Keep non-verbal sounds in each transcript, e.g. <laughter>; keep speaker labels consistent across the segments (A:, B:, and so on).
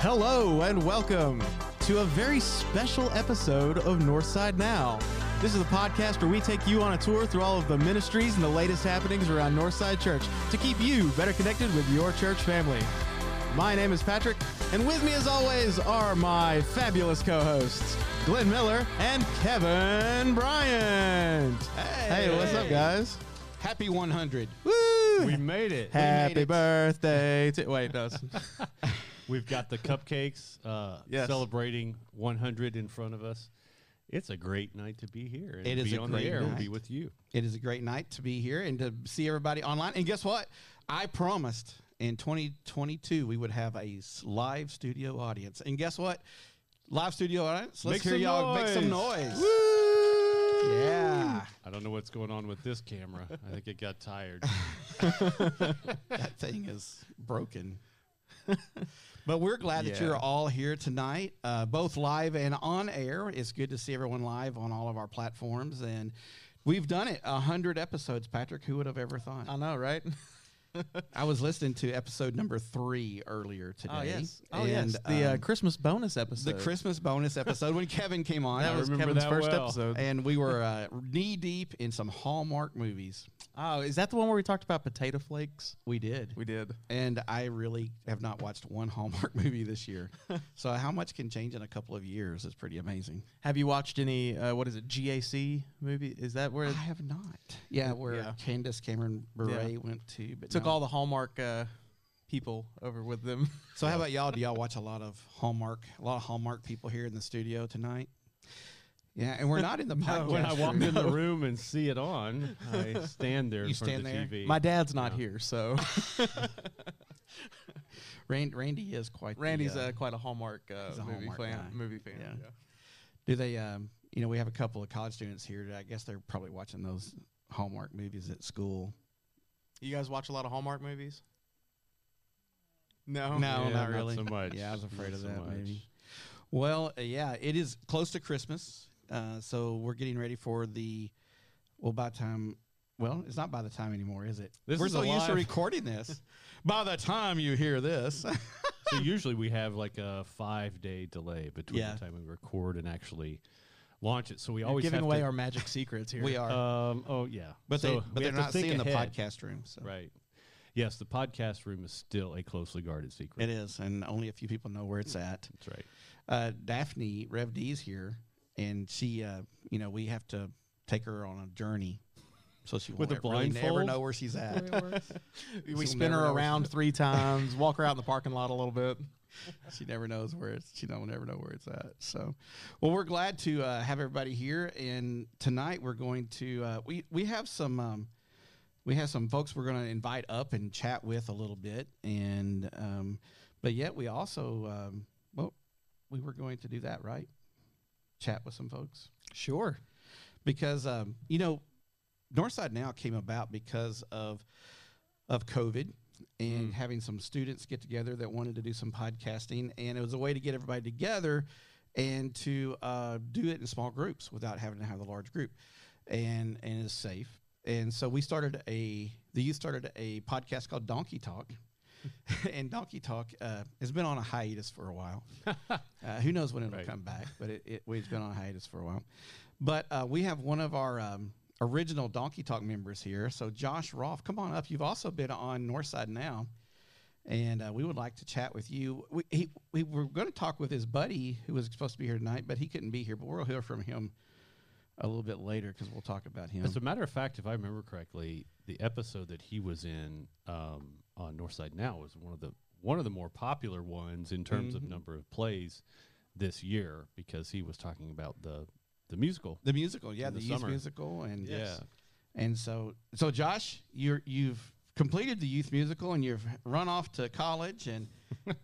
A: Hello and welcome to a very special episode of Northside Now. This is a podcast where we take you on a tour through all of the ministries and the latest happenings around Northside Church to keep you better connected with your church family. My name is Patrick, and with me as always are my fabulous co-hosts, Glenn Miller and Kevin Bryant. Hey, what's up, guys?
B: Happy 100.
A: Woo!
C: We made it.
A: Happy
B: it.
A: birthday to wait, no.
C: We've got the cupcakes uh,
A: Yes.
C: celebrating 100 in front of us. It's a great night to be here. And
B: It
C: to
B: is
C: be
B: a
C: on
B: great
C: the air. We'll be
B: night.
C: with you.
B: It is a great night to be here and to see everybody online. And guess what? I promised in 2022 we would have a s- live studio audience. And guess what? Live studio audience. Let's
C: Make
B: hear
C: some
B: y'all make some
C: noise.
B: noise. Yeah.
C: I don't know what's going on with this camera. I think it got
B: <laughs>
C: tired.
B: that thing is
C: <laughs>
B: broken. but we're glad that
A: Yeah.
B: you're all here tonight, uh, both live and on air. It's good to see everyone live on all of our platforms, and we've done it a hundred episodes. Patrick, who would have ever
A: <laughs>
B: thought?
A: I know, right?
B: I was listening to episode number three earlier today.
A: Oh yes. Oh
B: and,
A: yes. The uh,
B: um,
A: Christmas bonus
B: the
A: episode.
B: Christmas bonus episode when Kevin came on.
A: that
C: I
A: was
C: remember
A: Kevin's
C: that
A: first
C: well.
A: episode.
B: and we
A: <laughs>
B: were uh, knee deep in some Hallmark movies.
A: oh, is that the one where we talked about potato flakes?
B: We did.
A: We did.
B: and I really have not watched one Hallmark <laughs> movie
A: <laughs>
B: this year. so how much can change in a couple of years is pretty amazing.
A: Have you watched any? Uh, what is it? GAC movie? Is that where
B: I
A: it
B: have not. Yeah, where
A: Yeah.
B: Candace Cameron Bure went to, but
A: took
B: no.
A: all the Hallmark uh, people over with <laughs> them?
B: So how about y'all? Do y'all watch a lot of Hallmark? A lot of Hallmark people here in the studio tonight. Yeah, and we're not
C: <laughs>
B: in the podcast.
C: when I walk
B: room. <laughs>
C: in the room and see it on, I stand there
B: You
C: in front of
B: stand
C: the
B: there?
C: TV.
A: My dad's not
C: Yeah.
A: here, so
B: Rand, Randy is
A: <laughs>
B: quite. the,
A: Randy's
B: uh,
A: uh, quite a Hallmark uh,
B: he's a
A: movie
B: Hallmark
A: fan.
B: guy.
A: Movie fan.
B: Yeah. do they? Um, you know, we have a couple of college students here. I guess they're probably watching those Hallmark movies at school.
A: You guys watch a lot of Hallmark movies? No.
B: No.
C: Oh, Yeah,
B: not really.
C: so much.
B: Yeah, I was afraid
C: Not
B: of
C: so
B: that,
C: much.
B: maybe. Well, uh, yeah, it is close to Christmas, uh, so we're getting ready for the. Well, by the time, well, it's not by the time anymore, is it?
C: This
B: we're
C: is
B: so
C: a
B: used to
C: live-
B: recording
C: <laughs>
B: this. by the time you hear this,
C: so usually we have like a five day delay between
B: Yeah.
C: the time we record and actually launch it. So we
A: You're
C: always
A: giving
C: have
A: away
C: to,
A: our magic secrets here. <laughs>
B: we are.
C: Um, oh yeah,
B: but
C: So
B: they,
C: we
B: but they're
C: have to
B: not
C: think
B: seeing the
C: ahead.
B: podcast room, so
C: Right. Yes, the podcast room is still a closely guarded secret.
B: it is, and only a few people know where it's at.
C: That's right.
B: uh, Daphne Rev D's here, and she, uh, you know, we have to take her on a journey, so she
C: With
B: won't
C: a
B: really never
C: blindfold?
B: know where she's at.
A: <laughs> we
B: She'll
A: spin
B: never
A: her
B: know where
A: around three times, walk her out in the parking lot a little bit.
B: <laughs> she never knows where it's. She don't never know where it's at. So, well, we're glad to uh, have everybody here, and tonight we're going to uh, we we have some. Um, we have some folks we're going to invite up and chat with a little bit, and um, but yet we also um, well we were going to do that right, chat with some folks.
A: Sure.
B: because um, you know Northside Now came about because of of COVID and
C: Mm.
B: having some students get together that wanted to do some podcasting, and it was a way to get everybody together and to uh, do it in small groups without having to have a large group, and and it's safe. And so we started a the youth started a podcast called Donkey Talk. <laughs> and Donkey Talk uh, has been on a hiatus for a while. Uh, who knows when it'll
C: Right.
B: come back, but it, it, it's been on hiatus for a while. But uh, we have one of our um, original Donkey Talk members here. So, Josh Roth, come on up. You've also been on Northside Now, and uh, we would like to chat with you. We, he, we were going to talk with his buddy who was supposed to be here tonight, but he couldn't be here. But we'll hear from him a little bit later because we'll talk about him.
C: As a matter of fact, if I remember correctly, the episode that he was in um, on Northside Now was one of the one of the more popular ones in terms
B: Mhm.
C: of number of plays this year because he was talking about the the musical.
B: the musical, yeah,
C: In
B: the,
C: the
B: youth
C: summer.
B: musical, and
C: Yeah.
B: And so, so Josh, you're you've completed the youth musical and you've run off to college.
C: <laughs>
B: And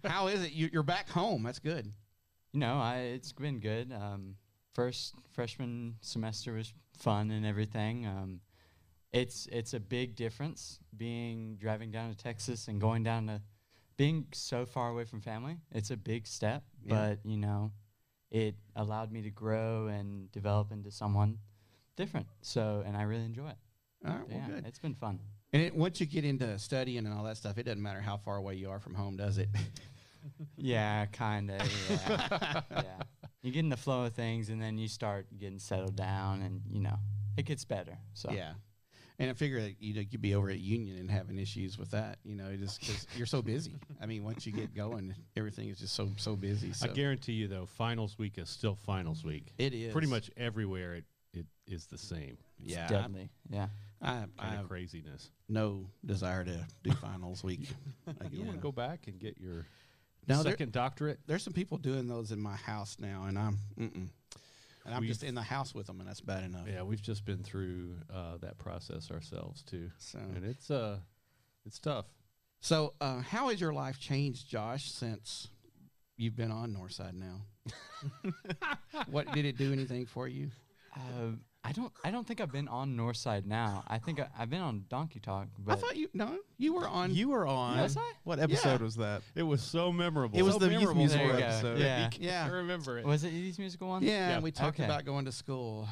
B: how is it? You, you're back home. That's good.
D: No, I, it's been good. Um, first freshman semester was fun and everything. Um, it's it's a big difference being driving down to Texas and going down to being so far away from family. It's a big step,
B: Yeah.
D: but you know, it allowed me to grow and develop into someone different. So, and I really enjoy it.
B: All right, well,
D: yeah,
B: good.
D: it's been fun.
B: And it, once you get into studying and all that stuff, it doesn't matter how far away you are from home, does it?
D: yeah, kind of. Yeah. <laughs> yeah. You get in the flow of things and then you start getting settled down and, you know, it gets better. <laughs> So,
B: Yeah. And I figure that you know, you'd be over at Union and having issues with that, you know, just
D: <laughs>
B: because you're so busy. I mean, once you get going, everything is just so so busy. So
C: I guarantee you, though, finals week is still finals week.
B: it is
C: Pretty much everywhere, it, it is the same
D: it's
B: Yeah, I-
D: deadly. Yeah.
B: I, I
C: kind
B: have
C: of craziness.
B: no desire to do finals week
C: You want
B: again.
C: to go back and get your
B: Now there-
C: second doctorate?
B: There's some people doing those in my house now, and I'm mm-mm. and I'm
C: We've-
B: just in the house with them, and that's bad enough.
C: Yeah, we've just been through uh, that process ourselves too,
B: So,
C: and it's uh, it's tough.
B: so uh, how has your life changed, Josh, since you've been on Northside now? what did it do anything for you?
D: Uh, I don't. I don't think I've been on Northside now. I think I, I've been on Donkey Talk,
B: I
D: but
B: thought you no, you were on.
A: You were on.
D: Was I?
A: What episode
B: Yeah.
A: was that?
C: It was so memorable.
A: It was
B: So
A: the youth
B: memorable.
A: musical
D: there you go.
A: episode.
D: Yeah.
B: <laughs> yeah,
C: I remember it.
D: Was it these musical one?
B: yeah,
C: Yeah.
B: And we talked
D: Okay.
B: about going to school.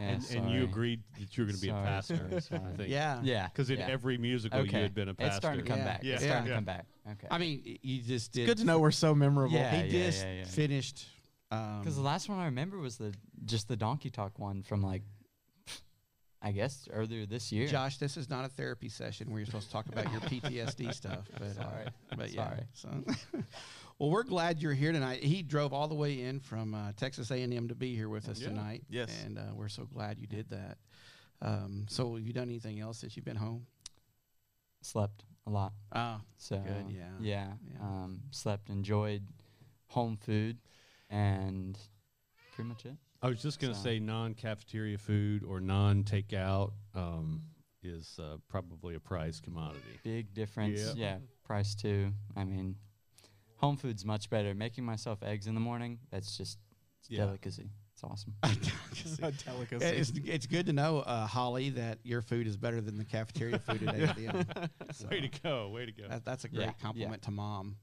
D: Yeah,
C: and, and you
D: sorry.
C: agreed that you were going to be a
D: Sorry,
C: pastor.
D: sorry, sorry.
C: I think.
B: Yeah,
D: Yeah.
C: Because in
D: yeah.
C: every musical,
D: okay.
C: you had been a pastor.
D: It's starting to come
B: Yeah.
D: back.
C: Yeah.
D: It's starting
B: Yeah.
D: to come back. Okay.
B: I mean, y- you just did.
A: Good to know we're so memorable.
D: Yeah.
B: He just
D: yeah, yeah.
B: finished.
D: Because the
B: Um,
D: last one I remember was the just the Donkey Talk one from like, I guess earlier this year.
B: Josh, this is not a therapy session where you're supposed to talk about your PTSD stuff. But, uh,
D: Sorry.
B: but yeah.
D: Sorry.
B: So, <laughs> well, we're glad you're here tonight. He drove all the way in from uh, Texas A&M to be here with us
C: Yeah.
B: tonight.
A: Yes.
B: and uh, we're so glad you did that. Um, so, have you done anything else since you've been home?
D: Slept a lot.
B: <laughs> Ah,
D: So
B: Good, yeah.
D: Yeah.
B: Yeah.
D: Um, slept, enjoyed home food, and pretty much it.
C: I was just going to
D: So-
C: say non-cafeteria food or non-takeout um, is uh, probably a prized commodity.
D: Big difference.
C: Yep.
D: Yeah. Price too. I mean, home food's much better. Making myself eggs in the morning. That's just it's
C: Yeah.
D: delicacy. It's awesome.
B: Yeah, It's, it's good to know, uh, Holly, that your food is better than the cafeteria food at A&M. So
C: Way to go! Way to go!
B: that- that's a
D: Yeah,
B: great
D: yeah.
B: compliment to mom.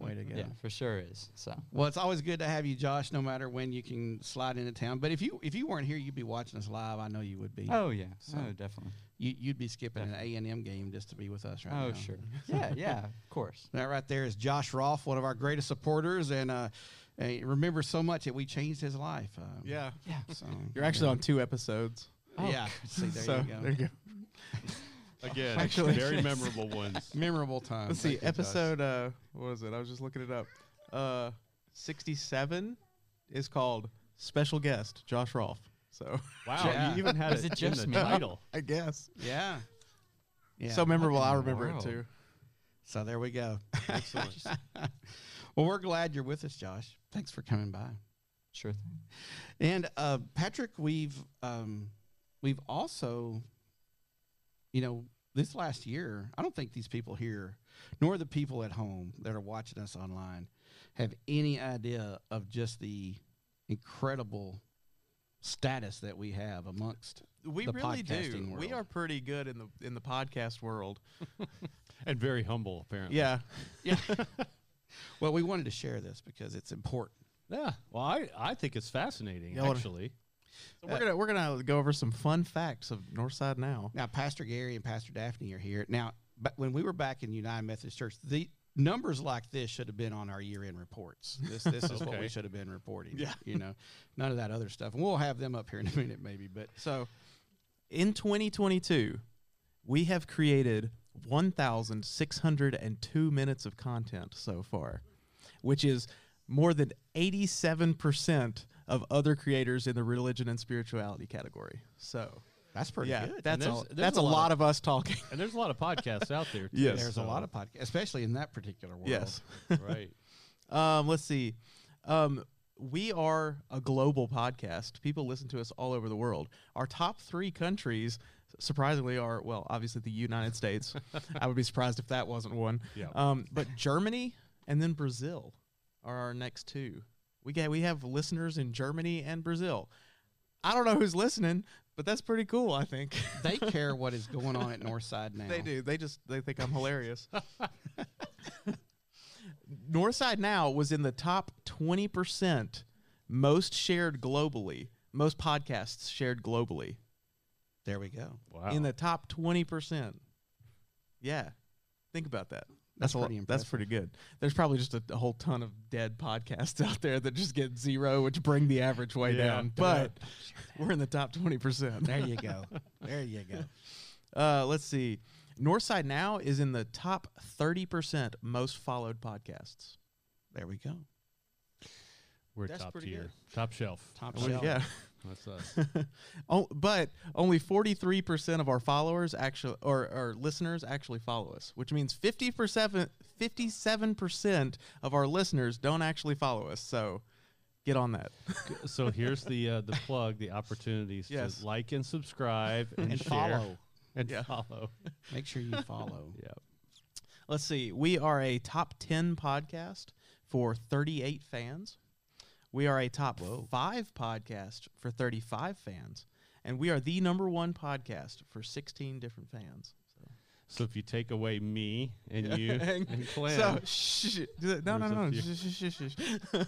B: Way to go.
D: yeah. for sure is. So
B: Well, it's always good to have you, Josh. No matter when you can slide into town, but if you if you weren't here, you'd be watching us live. I know you would be.
D: oh yeah,
B: So-
D: oh definitely.
B: You, you'd be skipping an A and M game just to be with us right now. <laughs>
D: oh sure. yeah, yeah, of course.
B: That right there is Josh Rolfe, one of our greatest supporters, and uh, and remember so much that we changed his life. Um,
A: Yeah.
D: Yeah.
B: So
A: <laughs> You're actually on two episodes.
D: Oh,
B: yeah. <laughs>
A: <laughs>
B: See, there
A: so
B: you go.
A: there you go.
C: Again,
A: Actually-
C: very
B: <laughs>
C: memorable ones.
B: Memorable time.
A: Let's see,
B: Thank you, Josh.
A: episode uh what was it? I was just looking it up. Uh sixty seven is called Special Guest, Josh Rolfe. So <laughs>
C: Wow,
B: Yeah.
C: you even had
D: Was it just
C: in
D: me?
C: the title.
A: I guess.
B: Yeah. Yeah.
A: So memorable,
D: in
A: I
D: the
A: remember
D: world?
A: it too.
B: so there
A: <laughs>
B: we go.
C: Excellent.
B: <laughs> Well, we're glad you're with us, Josh. Thanks for coming by.
D: Sure thing.
B: And uh, Patrick, we've um, we've also, you know, this last year, I don't think these people here, nor the people at home that are watching us online, have any idea of just the incredible status that we have amongst.
A: We
B: The
A: really do.
B: podcasting
A: We
B: world.
A: are pretty good in the in the podcast world.
C: and very humble, apparently.
A: Yeah.
B: Well, we wanted to share this because it's important.
C: Yeah. Well, I, I think it's fascinating,
A: Yeah, what-
C: actually.
A: So we're gonna we're gonna go over some fun facts of Northside now.
B: Now, Pastor Gary and Pastor Daphne are here. Now, but when we were back in United Methodist Church, the numbers like this should have been on our year-end reports. This this is what we
C: Okay.
B: should have been reporting.
A: Yeah.
B: you know, none of that other stuff. And we'll have them up here in a minute, maybe. But
A: So, in 2022, we have created 1,602 minutes of content so far, which is more than 87% of other creators in the religion and spirituality category. So,
B: that's pretty
A: yeah,
B: good.
A: that's,
C: there's-
A: a,
C: there's
A: that's a lot, of, us talking. <laughs>
C: And there's a lot of podcasts out there, too.
A: Yes.
B: There's a
C: so-
B: lot of podcasts, especially in that particular world.
A: Yes. <laughs>
C: Right.
A: Um, let's see. Um, we are a global podcast. People listen to us all over the world. Our top three countries, surprisingly, are well, obviously the United States. I would be surprised if that wasn't one.
C: Yeah.
A: Um, but Germany and then Brazil are our next two. We got we have listeners in Germany and Brazil. I don't know who's listening, but that's pretty cool. I think
B: <laughs> they care what is going on at Northside now.
A: they do. They just they think I'm hilarious. <laughs> Northside Now was in the top 20% most shared globally, most podcasts shared globally.
B: There we go.
C: Wow.
A: In the top 20%. Yeah. Think about that.
B: That's,
A: a lo-
B: pretty impressive.
A: That's pretty good. There's probably just a, a whole ton of dead podcasts <laughs> out there that just get zero, which bring the average way
C: Yeah.
A: down. But
B: <laughs>
A: we're in the top twenty percent.
B: There you go. There you go.
A: Uh, let's see. Northside Now is in the top thirty percent most followed podcasts.
B: There we go.
C: We're
A: That's
C: top
A: pretty
C: tier,
A: good.
C: top shelf.
B: Top
C: That's
B: shelf.
C: us.
A: Yeah. <laughs>
C: That's us.
A: oh, but only forty three percent of our followers actually or, or listeners actually follow us, which means fifty percent, fifty seven percent of our listeners don't actually follow us. So get on that.
C: so here's the uh, the plug, the opportunities
A: Yes.
C: to like
A: <laughs>
C: and subscribe and,
B: And
C: share
B: follow.
C: and
A: Yeah.
C: follow.
B: Make sure you follow.
C: Yeah.
A: Let's see. We are a top 10 podcast for 38 fans. We are a top 5 podcast for 35 fans. And we are the number one podcast for 16 different fans.
C: So if you take away me and
A: <laughs>
C: you
A: And-
C: and Clem,
A: So, shh, no, no,
C: There's a
A: no.
C: few.
A: shh, shh, shh, <laughs> shh.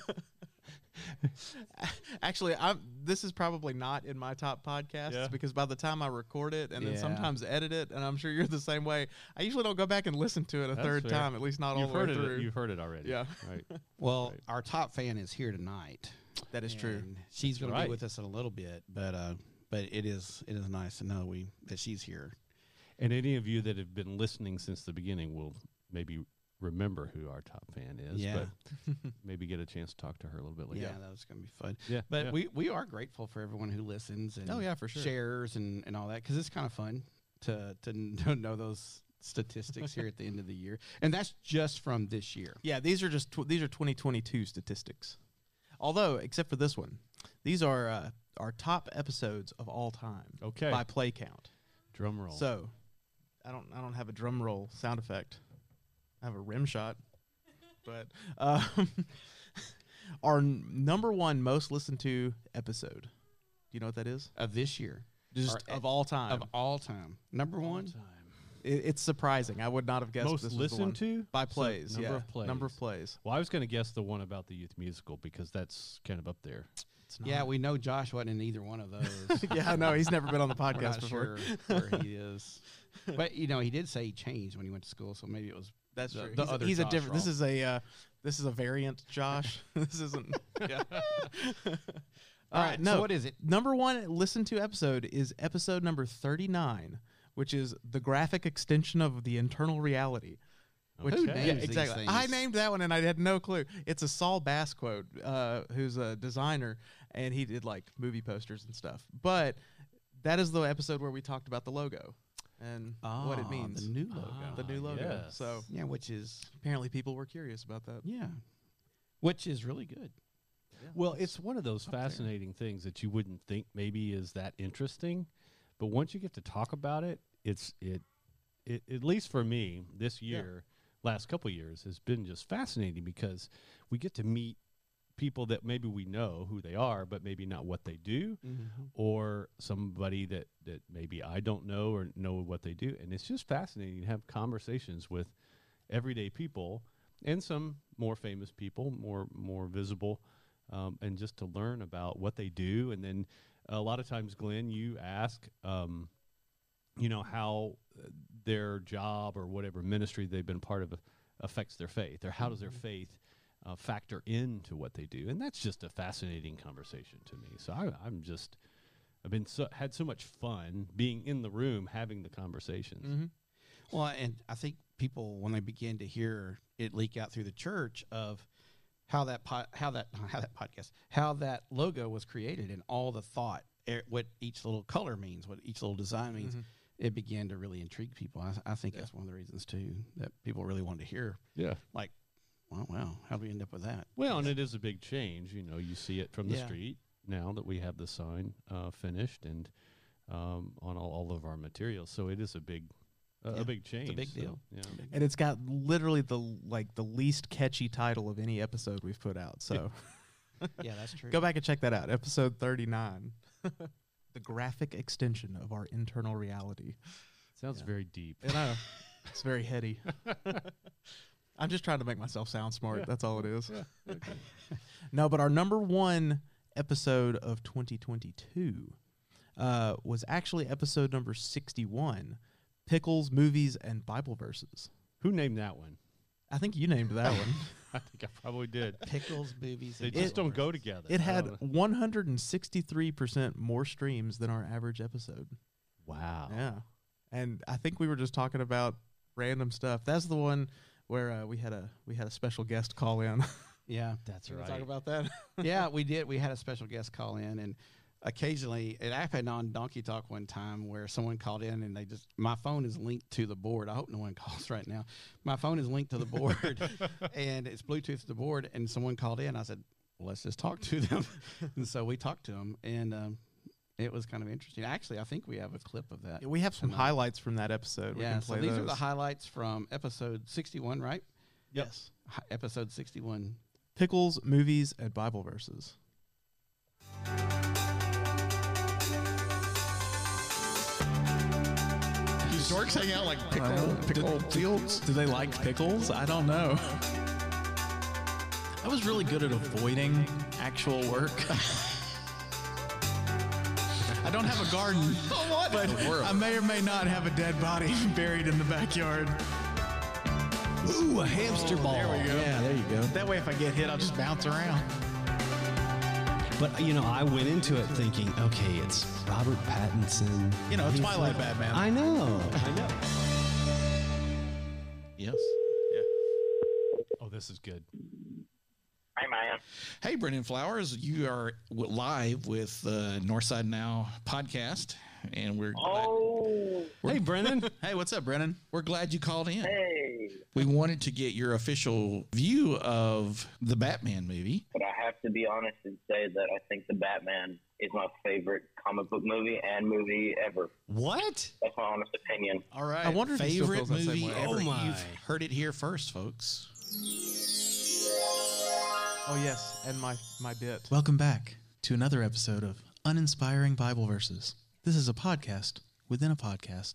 A: Actually, I'm, this is probably not in my top podcasts
C: Yeah.
A: because by the time I record it and then
B: Yeah.
A: sometimes edit it, and I'm sure you're the same way, I usually don't go back and listen to it a
C: That's
A: third
C: fair.
A: time, at least not all
C: you've
A: the way
C: heard it.
A: through.
C: You've heard it already.
A: Yeah.
C: Right.
B: Well,
C: Right.
B: our top fan is here tonight.
A: that is true.
B: and She's going to
C: right.
B: be with us in a little bit, but uh, but it is it is nice to know we that she's here.
C: And any of you that have been listening since the beginning will maybe remember who our top fan is.
B: Yeah.
A: <laughs>
C: But maybe get a chance to talk to her a little bit
B: yeah,
C: later.
B: that was going to be fun.
C: Yeah.
B: But
C: yeah.
B: we we are grateful for everyone who listens and
A: Oh, yeah, for sure.
B: shares and and all that because it's kind of fun to to <laughs> kn- know those statistics here at the end of the year, and that's just from this year.
A: Yeah, these are just tw- these are 2022 statistics. Although, except for this one, these are uh, our top episodes of all time
C: okay.
A: by play count.
C: Drum roll.
A: So, I don't I don't have a drum roll sound effect. I have a rim
C: <laughs>
A: shot, but um, <laughs> our n- number one most listened to episode. Do you know what that is?
B: Of this year,
A: Just
B: Our e-
A: of all time.
B: of all time, number one.
A: I- it's surprising. I would not have guessed
C: most
A: this was the one.
C: listened to
A: by
C: So
A: plays.
C: number
A: yeah,
C: of plays.
A: number of plays.
C: Well, I was going to guess the one about the youth musical because that's kind of up there.
A: It's
B: Yeah,
A: not-
B: we know Josh wasn't in either one
A: <laughs>
B: of those.
A: yeah, no, he's never been on the
B: We're
A: podcast
B: not
A: before.
B: sure where he is, <laughs> but you know he did say he changed when he went to school, so maybe it was
A: That's
B: the-
A: true.
B: the
A: he's,
B: other
A: he's a
B: Josh
A: different. This
B: Roth.
A: is a uh, this is a variant, Josh. <laughs> this isn't. Yeah. <laughs> All right. No.
B: So what is it?
A: number one listen to episode is episode number thirty nine, which is the graphic extension of the internal reality. Which,
C: Who
A: yeah,
B: names these
A: exactly. I
B: things?
A: named that one and I had no clue. It's a Saul Bass quote, uh, who's a designer, and he did like movie posters and stuff. But that is the episode where we talked about the logo and what
B: Ah,
A: it means.
B: The new logo.
A: the new
C: Ah,
A: logo.
C: yes.
A: So
B: yeah, which is
A: apparently people were curious about that.
B: yeah, which is really good.
C: Well, it's one of those
B: up there.
C: fascinating things that you wouldn't think maybe is that interesting, but once you get to talk about it, it's it, it at least for me this year, last couple years has been just fascinating because we get to meet people that maybe we know who they are, but maybe not what they do,
B: Mm-hmm.
C: or somebody that that maybe I don't know or know what they do, and it's just fascinating to have conversations with everyday people and some more famous people, more more visible, um, and just to learn about what they do. And then a lot of times, Glenn, you ask, um, you know, how uh, their job or whatever ministry they've been part of affects their faith, or how does their faith uh, factor into what they do? And that's just a fascinating conversation to me. So I, I'm just. I've been so, had so much fun being in the room having the conversations.
A: Mm-hmm.
B: Well, and I think people when they begin to hear it leak out through the church of how that po- how that <laughs> how that podcast how that logo was created and all the thought eh, what each little color means, what each little design means.
A: Mhm.
B: It began to really intrigue people. I, I think
A: Yeah.
B: that's one of the reasons too that people really wanted to hear.
C: Yeah.
B: Like, wow, wow, how do we end up with that?
C: Well, and it is a big change. You know, you see it from the
B: Yeah.
C: street now that we have the sign uh, finished and um, on all, all of our materials. So it is a big, uh,
B: Yeah,
C: a big change.
B: big
C: so,
B: deal.
C: Yeah.
A: And it's got literally the like the least catchy title of any episode we've put out. So
B: <laughs> yeah, that's true.
A: go back and check that out. Episode thirty nine. <laughs> the graphic extension of our internal reality.
C: Sounds
A: Yeah.
C: very deep.
A: And
C: <laughs>
A: I it's very heady. I'm just trying to make myself sound smart. That's all it is. no, but our number one episode of 2022 uh, was actually episode number 61 Pickles, Movies, and Bible Verses.
C: Who named that one?
A: I think you named that
C: <laughs>
A: one.
C: I think I probably did.
B: Pickles, boobies.
C: They
B: and
C: just
B: It-
C: don't go together. Oh,
A: It
C: I
A: had
C: don't know.
A: 163% more streams than our average episode.
C: wow.
A: Yeah. And I think we were just talking about random stuff. That's the one where uh, we had a we had a special guest call in. <laughs>
C: <laughs>
B: Yeah.
C: That's
A: You
C: right.
A: wanna Talk about that.
B: yeah, we did. We had a special guest call in, and occasionally, and I've had on Donkey Talk one time where someone called in and they just, my phone is linked to the board. I hope no one <laughs> calls right now. My phone is linked to the
C: <laughs>
B: board, and it's Bluetooth to the board, and someone called in. I said, well, let's just talk to them. <laughs> and so we talked to them, and um, it was kind of interesting. Actually, I think we have a clip of that.
A: Yeah, we have some
B: Tonight.
A: highlights from that episode. we
B: yeah,
A: can
B: so
A: play
B: these
A: those.
B: are the highlights from episode 61, right?
C: Yep.
A: Yes.
B: Hi- episode 61.
A: Pickles, movies, and Bible verses.
E: Do storks hang out like pickle, pickle fields?
A: Do they like pickles? I don't know. I was really good at avoiding actual
E: <laughs>
A: work. I don't have a <laughs> garden, but I may or may not have a dead body <laughs> buried in the backyard.
E: Ooh, a hamster ball. Oh, There we go.
A: Yeah.
E: there you go.
A: That way, if I get hit, I'll just bounce around.
F: But you know, I went into it thinking, okay, it's Robert Pattinson.
A: You know,
F: He's
A: Twilight
F: like-
A: Batman.
F: I know. I know.
E: Yes.
C: Oh, this is good.
G: Hey, man.
E: Hey, Brendan Flowers, you are w- live with the Northside Now podcast, and we're
G: Oh,
C: Hey, Brennan.
A: Hey, what's up, Brennan?
E: we're glad you called in.
G: hey.
E: We wanted to get your official view of the Batman movie.
G: But I have to be honest and say that I think The Batman is my favorite comic book movie and movie ever.
F: What?
G: That's my honest opinion.
E: All right,
A: I wonder if he still
E: favorite
A: feels that same
E: movie
A: way.
E: ever.
F: Oh, my.
E: You've heard it here first, folks.
A: Oh yes, and my my bit.
H: Welcome back to another episode of Uninspiring Bible Verses. This is a podcast within a podcast.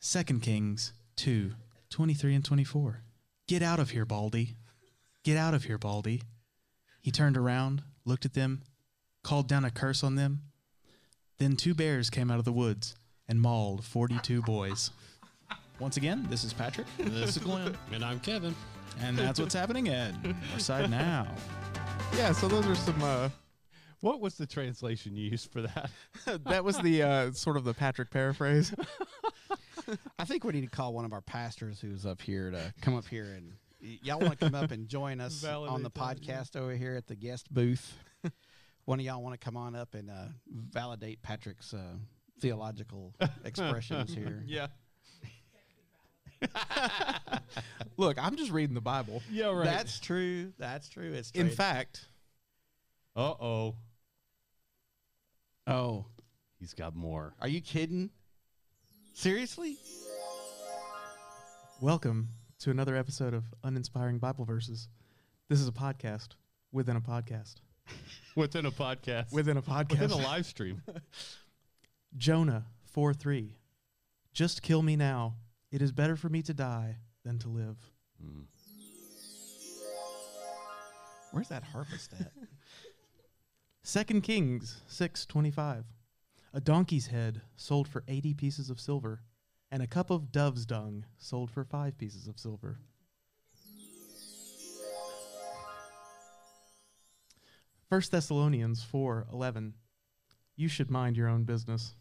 H: 2 Kings 2 23 and 24. Get out of here, Baldy. Get out of here, Baldy. He turned around, looked at them, called down a curse on them. Then two bears came out of the woods and mauled 42 boys. Once again, this is Patrick,
E: This is Glenn.
C: and I'm Kevin.
H: and that's what's happening at Northside Now.
A: <laughs> Yeah, so those are some. Uh, <laughs>
C: What was the translation you used for that?
A: that was the uh, sort of the Patrick paraphrase.
B: I think we need to call one of our pastors who's up here to come up here and y- y'all want to come up and join us on the
C: Validate that, yeah.
B: podcast over here at the guest booth. <laughs> one of y'all want to come on up and uh, validate Patrick's uh, theological expressions here.
C: Yeah.
A: Look, I'm just <laughs> reading the Bible.
C: Yeah, right.
B: That's true. That's true. It's
A: In
B: trade-
A: fact,
C: Uh oh.
B: Oh,
C: He's got more.
B: are you kidding? Seriously?
A: welcome to another episode of Uninspiring Bible Verses. This is a podcast within a podcast
C: Within a podcast.
A: within a podcast. <laughs>
C: Within a live stream.
A: Jonah 4 3. Just kill me now. It is better for me to die than to live.
B: Where's that harpist
I: <laughs>
B: at?
A: 2 Kings 6:25 A donkey's head sold for 80 pieces of silver and a cup of dove's dung sold for 5 pieces of silver. First Thessalonians 4:11 You should mind your own business.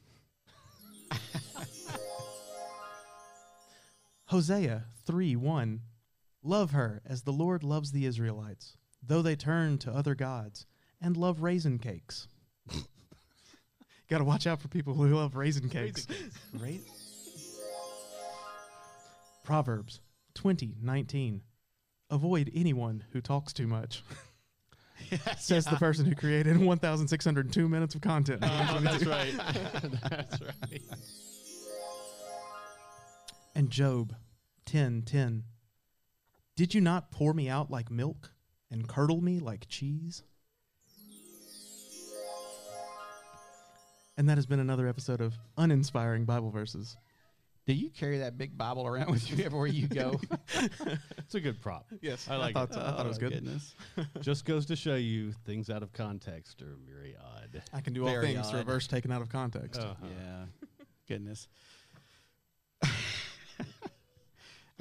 A: Hosea 3:1 Love her as the Lord loves the Israelites, though they turn to other gods and love raisin cakes. <laughs> Got to watch out for people who love raisin cakes. <laughs> Proverbs 20, 19. Avoid anyone who talks too <laughs> much. Says the person who created 1,602 minutes of content. <laughs>
C: Oh, that's right. that's right.
A: and Job 10, 10. Did you not pour me out like milk and curdle me like cheese? And that has been another episode of Uninspiring Bible Verses.
B: Do you carry that big Bible around with you everywhere you go?
C: It's a good prop.
A: Yes,
C: I like
A: thought
C: it.
A: so. <laughs> I thought it was
B: Oh,
A: good.
B: Goodness.
C: Just goes to show you things out of context are very odd.
A: I can do all
B: Very
A: things
B: odd.
A: through a verse taken out of context.
C: Uh-huh.
B: Yeah. Goodness. <laughs> I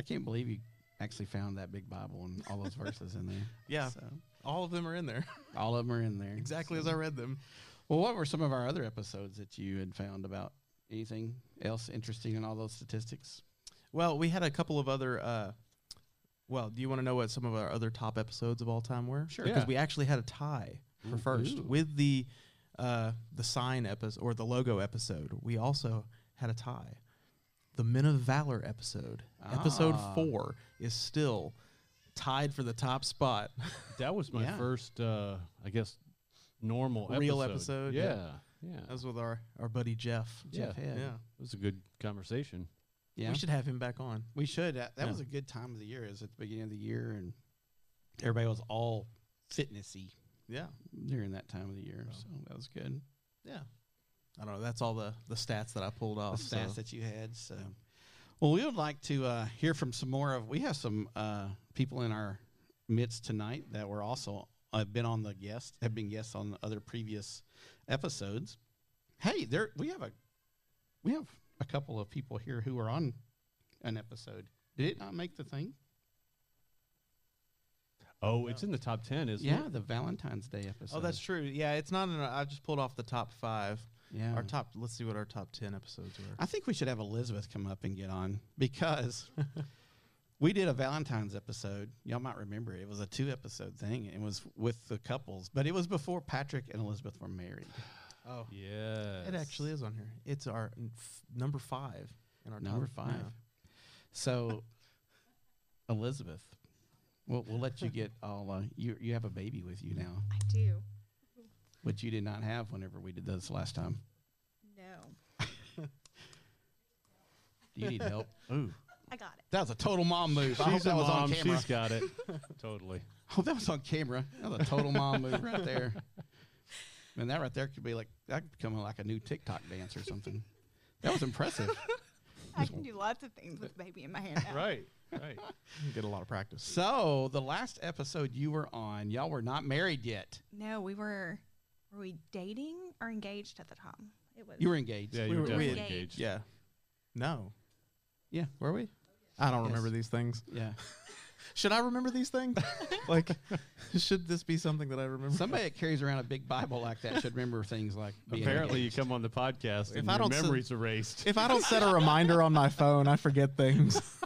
B: can't believe you actually found that big Bible and all those verses in there.
A: <laughs> Yeah.
B: So
A: All of them are in there, <laughs>
B: all of them are in there.
A: exactly as
B: So-
A: I read them.
B: Well, what were some of our other episodes that you had found about anything else interesting in all those statistics?
A: Well, we had a couple of other. Uh, well, do you want to know what some of our other top episodes of all time were? Sure. Because
C: Yeah.
A: we actually had a tie for first
C: Ooh.
A: with the uh, the sign episode or the logo episode. We also had a tie. The Men of Valor episode, episode
B: Ah.
A: four, is still tied for the top spot. <laughs>
C: That was my
A: Yeah.
C: first, uh, I guess, normal
A: Real episode,
C: episode.
A: yeah. Uh,
C: yeah, yeah.
A: That was with our our buddy Jeff.
C: Yeah.
B: Jeff Head.
A: Yeah.
C: It was a good conversation.
B: Yeah.
A: We should have him back on.
B: We should. That, that
A: Yeah.
B: was a good time of the year. It was at the beginning of the year, and everybody was all fitnessy
A: Yeah.
B: during that time of the year. So that was good.
A: Yeah. I don't know. That's all the the stats that I pulled
B: The
A: off. so-
B: stats that you had. So, well, we would like to uh, hear from some more of. We have some uh, people in our midst tonight that were also have been on the guest have been guests on the other previous episodes. Hey, there we have a we have a couple of people here who were on an episode. Did it not make the thing?
C: Oh, it's in the top ten, isn't
B: Yeah,
C: it?
B: the Valentine's Day episode.
A: Oh, that's true. Yeah, it's not. In our, I just pulled off the top five.
B: yeah.
A: Our top. Let's see what our top ten episodes were. <laughs>
B: I think we should have Elizabeth come up and get on <laughs> because we did a Valentine's episode. Y'all might remember it. It was a two episode thing. It was with the couples, but it was before Patrick and Elizabeth were married.
A: Oh,
C: Yeah.
A: it actually is on here. It's our n- f- number five in our
B: Number
A: top,
B: five. <laughs> So, Elizabeth, we'll, we'll let you get all. Uh, you you have a baby with you now,
J: I do.
B: which you did not have whenever we did this last time.
J: No.
B: Do you need help? <laughs> Ooh,
J: I got it.
B: that was a total mom move. I hope
C: She's a
B: that was on
C: mom.
B: camera.
C: She's got it. totally.
B: Oh, <laughs> that was on camera. That was a total mom move right there. Man, that right there could be like that could become like a new TikTok dance or something. That was impressive.
J: I can do lots of things with baby in my hand now.
C: Right. Right.
A: Yeah. Get a lot of practice.
B: So the last episode you were on, y'all were not married yet.
J: No, we were were we dating or engaged at the time? It was
B: You were engaged.
C: Yeah,
A: We
C: you
A: were-
C: were
A: we
C: definitely
J: engaged.
C: engaged.
A: Yeah. No,
B: Yeah, were we?
A: I don't
B: Yes.
A: remember these things.
B: Yeah.
A: Should I remember these <laughs> things? like, should this be something that I <laughs> remember?
B: Somebody that carries around a big Bible like that should remember things like being
C: Apparently, you
B: engaged.
C: come on the podcast and
A: I
C: your
A: don't s-
C: memory's erased.
A: if I don't set a reminder on my phone, I forget things. <laughs>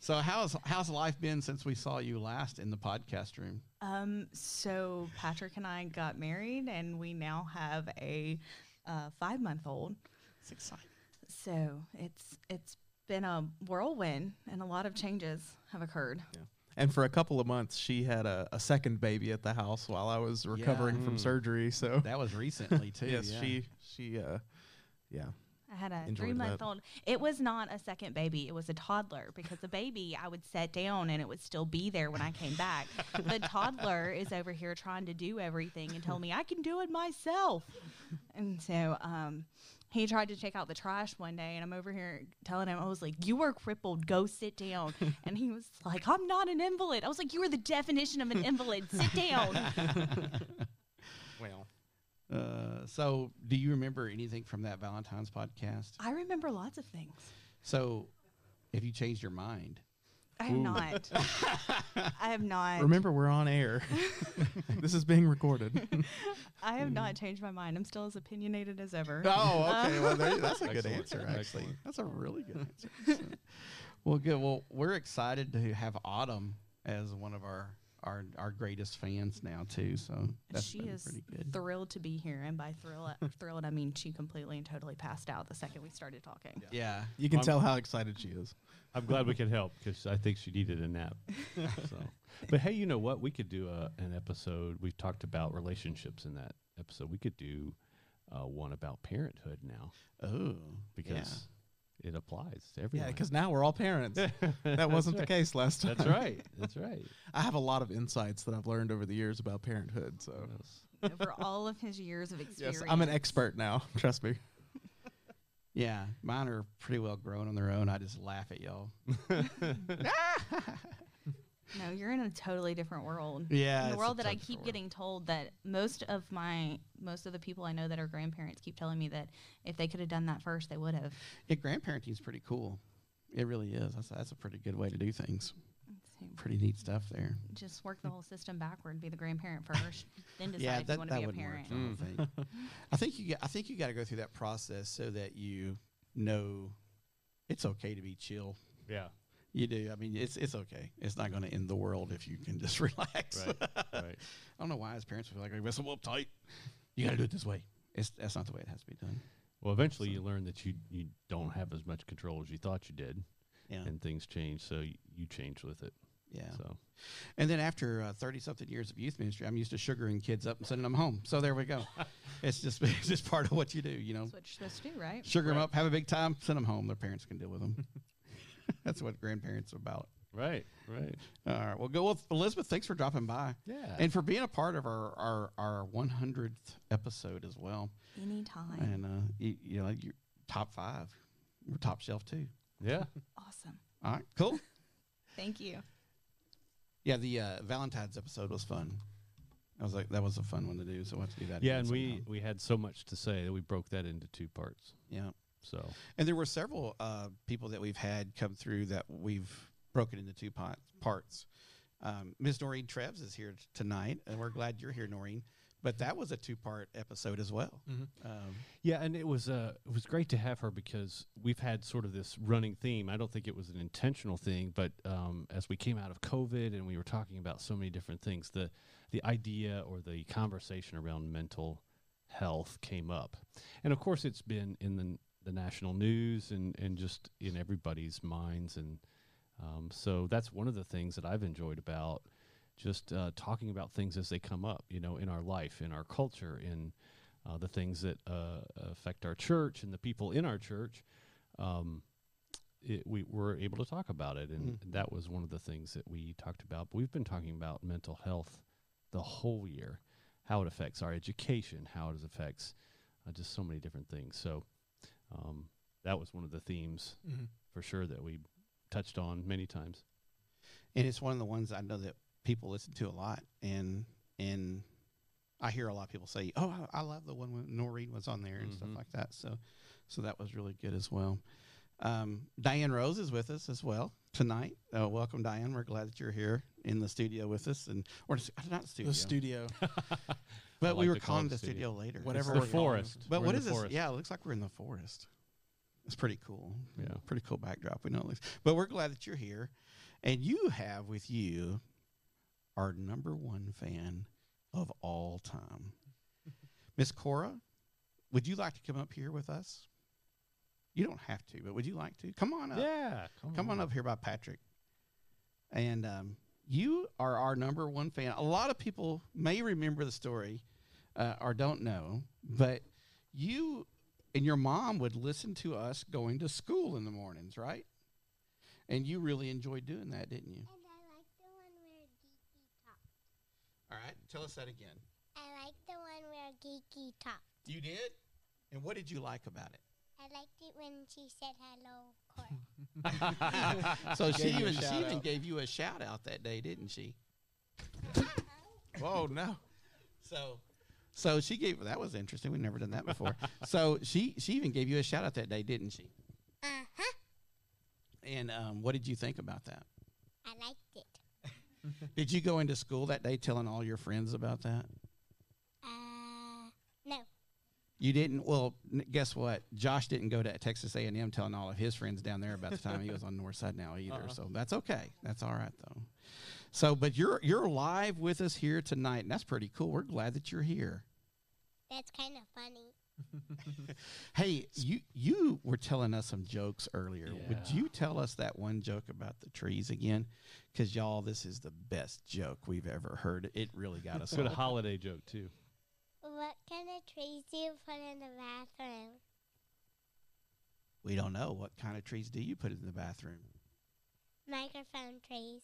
B: So how's how's life been since we saw you last in the podcast room?
J: Um, so Patrick and I got married, and we now have a uh, five month old.
B: It's exciting.
J: So it's it's been a whirlwind, and a lot of changes have occurred.
A: And for a couple of months, she had a, a second baby at the house while I was recovering from
C: Mm.
A: surgery. So
B: That was recently too.
A: yes,
B: yeah.
A: she she uh, yeah.
J: I had a
A: Enjoyed
J: three month old. It was not a second baby, it was a toddler because the baby I would set down and it would still be there when I came back. the toddler is over here trying to do everything and tell me I can do it myself. And so um, he tried to take out the trash one day and I'm over here telling him, I was like, You are crippled, go sit down. and he was like, I'm not an invalid. I was like, You are the definition of an invalid, sit down.
B: Well. Uh, so do you remember anything from that Valentine's podcast?
J: I remember lots of things.
B: So, have you changed your mind?
J: I have
C: Ooh.
J: not. I have not.
A: Remember, we're on <laughs> air. this is being recorded. <laughs>
J: I have not changed my mind. I'm still as opinionated as ever.
B: Oh, okay. Well, there, that's a good
C: Excellent.
B: answer, actually.
C: Excellent.
B: That's a really good
J: <laughs>
B: answer. So- well, good. Well, we're excited to have Autumn as one of our our, our greatest fans now too. So that's
J: she
B: been
J: is
B: pretty good.
J: thrilled to be here, and by thrill, uh,
B: <laughs>
J: thrilled I mean she completely and totally passed out the second we started talking.
B: yeah.
A: You can
C: I'm-
A: tell how excited she is.
C: I'm glad we could help because I think she needed
A: <laughs>
C: a nap. so, but hey, you know what? We could do a, an episode. We've talked about relationships in that episode. We could do uh, one about parenthood now
B: Oh,
C: because it applies to
A: Yeah,
C: everyone. <laughs>
A: because now we're all parents. that wasn't the case last time.
C: that's right. That's right.
A: I have a lot of insights that I've learned over the years about parenthood. So
C: Yes.
J: Over all of his years of experience,
A: yes, I'm an expert now. <laughs> Trust me.
B: yeah. Mine are pretty well grown on their own. I just laugh at y'all.
J: No, you're in a totally different world.
B: Yeah,
J: in
B: it's a
J: the world that I
B: totally
J: keep
B: different world.
J: getting told that most of my most of the people I know that are grandparents keep telling me that if they could have done that first, they would have.
B: Yeah, grandparenting is pretty cool. It really is. That's, that's a pretty good way to do things.
J: So
B: Pretty neat stuff there.
J: Just work the whole system backward. Be the grandparent first, then decide if you want to be a parent.
B: I don't think. <laughs> I think you got, I think you got to go through that process so that you know it's okay to be chill.
C: Yeah.
B: You do. I mean, it's it's okay. It's not going to end the world if you can just <laughs> relax.
C: Right.
B: I
C: <laughs> right.
B: don't know why as parents we feel like we mess them up tight. You got to do it this way. It's that's not the way it has to be done.
C: Well, eventually you learn that you you don't have as much control as you thought you did,
B: Yeah.
C: and things change. So y- you change with it.
B: yeah.
C: So
B: And then after thirty something years of youth ministry, I'm used to sugaring kids up and sending them home. So there we <laughs> go. it's just it's just part of what you do. You know,
J: That's what you're supposed to do, right?
B: sugar them up, have a big time, send them home. Their parents can deal with them. <laughs> That's what grandparents are about.
C: right, right.
B: All right. Well, go with Elizabeth. Thanks for dropping by
C: Yeah.
B: and for being a part of our our our 100th episode as well.
J: Anytime.
B: And uh, you, you know, you top five, we're top shelf too.
C: yeah.
J: Awesome.
B: All right. Cool.
J: Thank you.
B: yeah. The uh, Valentine's episode was fun. I was like, that was a fun one to do. So we'll have to do that.
C: Yeah,
B: again
C: and we
B: sometime.
C: we had so much to say that we broke that into two parts.
B: yeah.
C: So
B: And there were several uh, people that we've had come through that we've broken into two pot- parts. Um, Ms. Noreen Treves is here t- tonight, and we're glad you're here, Noreen. But that was a two part episode as well. Um,
C: Yeah, and it was uh, it was great to have her because we've had sort of this running theme. I don't think it was an intentional thing, but um, as we came out of COVID and we were talking about so many different things, the the idea or the conversation around mental health came up, and of course it's been in the n- the national news and and just in everybody's minds, and um, so that's one of the things that I've enjoyed about just uh, talking about things as they come up, you know, in our life, in our culture, in uh, the things that uh, affect our church and the people in our church, um, it, we were able to talk about it, and that was one of the things that we talked about. We've been talking about mental health the whole year, how it affects our education, how it affects uh, just so many different things. So um, that was one of the themes for sure that we touched on many times.
B: and it's one of the ones I know that people listen to a lot. And and I hear a lot of people say, "Oh, I, I love the one when Noreen was on there and stuff
C: Mhm.
B: like that." So, so that was really good as well. Um, Diane Rose is with us as well tonight. Uh, welcome, Diane. We're glad that you're here in the studio with us, and or the stu- not the studio,
H: The studio.
B: but
C: I
B: we
C: like
B: were
C: to call
B: calling
C: it
B: the
C: studio.
B: studio later.
H: Whatever
C: the
H: we're calling it.
C: forest.
B: But
C: We're
B: what
C: in
B: is
C: the
B: this?
C: forest.
B: Yeah, it looks like we're in the forest. It's pretty cool.
C: Yeah.
B: Pretty cool backdrop. We know it looks. But we're glad that you're here. And you have with you our number one fan of all time. Miss Cora, would you like to come up here with us? You don't have to, but would you like to? Come on up.
C: Yeah,
B: Come
C: Mm-hmm.
B: on up here by Patrick. And um, you are our number one fan. A lot of people may remember the story uh, or don't know, but you and your mom would listen to us going to school in the mornings, right? And you really enjoyed doing that, didn't you?
I: And I like the one where Geeky talked.
B: All right, tell us that again.
I: I like the one where Geeky talked.
B: You did? And what did you like about it?
I: I liked it when she said hello,
H: <laughs>
B: <laughs>
C: <laughs>
I: Cora.
B: so she
H: Gave you a
B: even she
H: shout
B: even
H: out.
B: gave you a shout out that day, didn't she?
I: Uh-huh.
B: Whoa, no.
A: <laughs>
B: So so she gave that was interesting. We've never done that before. so she she even gave you a shout out that day, didn't she?
I: uh huh.
B: And um, what did you think about that?
I: I liked it.
B: Did you go into school that day telling all your friends about that?
I: Uh, no.
B: You didn't. Well, n- guess what? Josh didn't go to Texas A and M telling all of his friends down there about the time he was on Northside now either. So that's okay. That's all right though. So, but you're you're live with us here tonight, and that's pretty cool. We're glad that you're here.
I: That's kind of funny.
B: Hey, you you were telling us some jokes earlier. Would
C: Yeah.
B: you tell us that one joke about the trees again? Because y'all, this is the best joke we've ever heard. It really got
C: <laughs>
B: us.
C: Good
B: all.
C: holiday joke too.
I: What kind of trees do you put in the bathroom?
B: We don't know what kind of trees do you put in the bathroom.
I: Microphone
H: <laughs>
I: trees.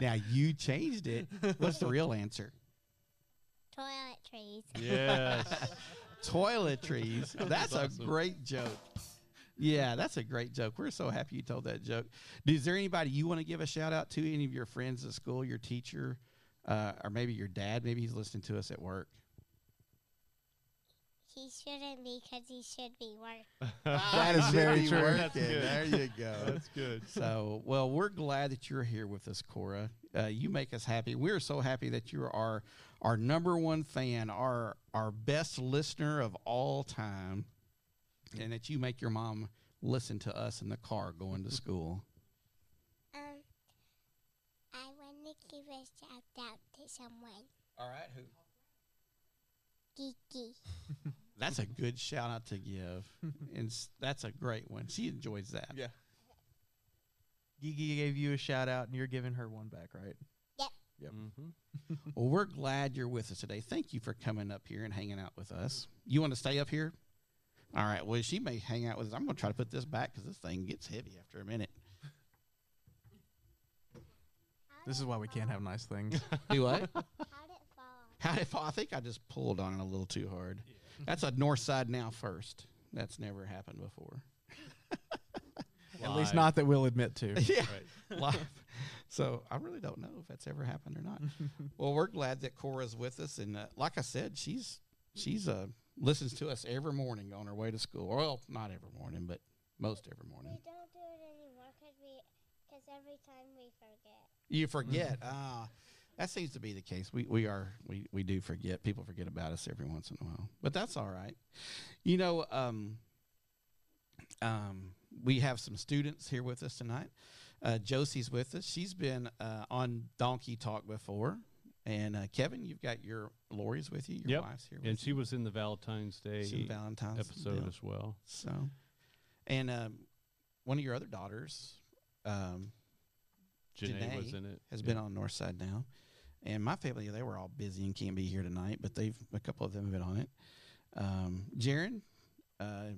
B: Now you changed it. What's the real answer?
I: Toilet trees.
C: Yes.
B: <laughs> Toiletries. That's a great joke. Yeah, that's a great joke. We're so happy you told that joke. Is there anybody you want to give a shout out to? Any of your friends at school, your teacher, uh, or maybe your dad? Maybe he's listening to us at work.
I: he shouldn't because he should be working.
B: That <laughs> is very true.
K: That's good. There you go.
C: That's
A: <laughs>
C: good.
B: So, well, we're glad that you're here with us, Cora. Uh, you make us happy. We're so happy that you are our number one fan, our our best listener of all time, and that you make your mom listen to us in the car going to school.
I: Um, I want to give a shout out to someone.
B: All right, who?
I: Geeky.
B: That's a good shout out to give, and s- that's a great one. She enjoys that.
K: Yeah. Gigi gave you a shout out, and you're giving her one back, right?
I: Yep.
K: Yep.
B: Well, we're glad you're with us today. Thank you for coming up here and hanging out with us. You want to stay up here? All right. Well, she may hang out with us. I'm going to try to put this back because this thing gets heavy after a minute.
H: This is why we can't have nice things.
B: Do what?
I: How'd it fall?
B: <laughs> How if I think I just pulled on it a little too hard. That's a north side now first. That's never happened <laughs> before.
H: At least not that we'll admit to.
A: <laughs>
B: yeah, live. So I really don't know if that's ever happened or not. well, we're glad that Cora's with us, and uh, like I said, she's she's uh listens to us every morning on her way to school. Well, not every morning, but most every morning.
I: We don't do it anymore because we, because every time we forget.
B: You forget. Ah, that seems to be the case. We we are we we do forget. People forget about us every once in a while, but that's all right. You know, um, um, we have some students here with us tonight. Uh, Josie's with us. She's been uh, on Donkey Talk before, and uh, Kevin, you've got your Lori's with you. Your
C: Yep.
B: wife's here, with
C: And she
B: you.
C: was in the Valentine's Day
B: She's in Valentine's
C: episode
B: deal.
C: as well.
B: So, and um, one of your other daughters, um,
C: Janae,
B: Janae
C: was in it.
B: has
C: Yeah.
B: been on Northside now. And my family, they were all busy and can't be here tonight, but they've a couple of them have been on it. Um, Jaron, uh,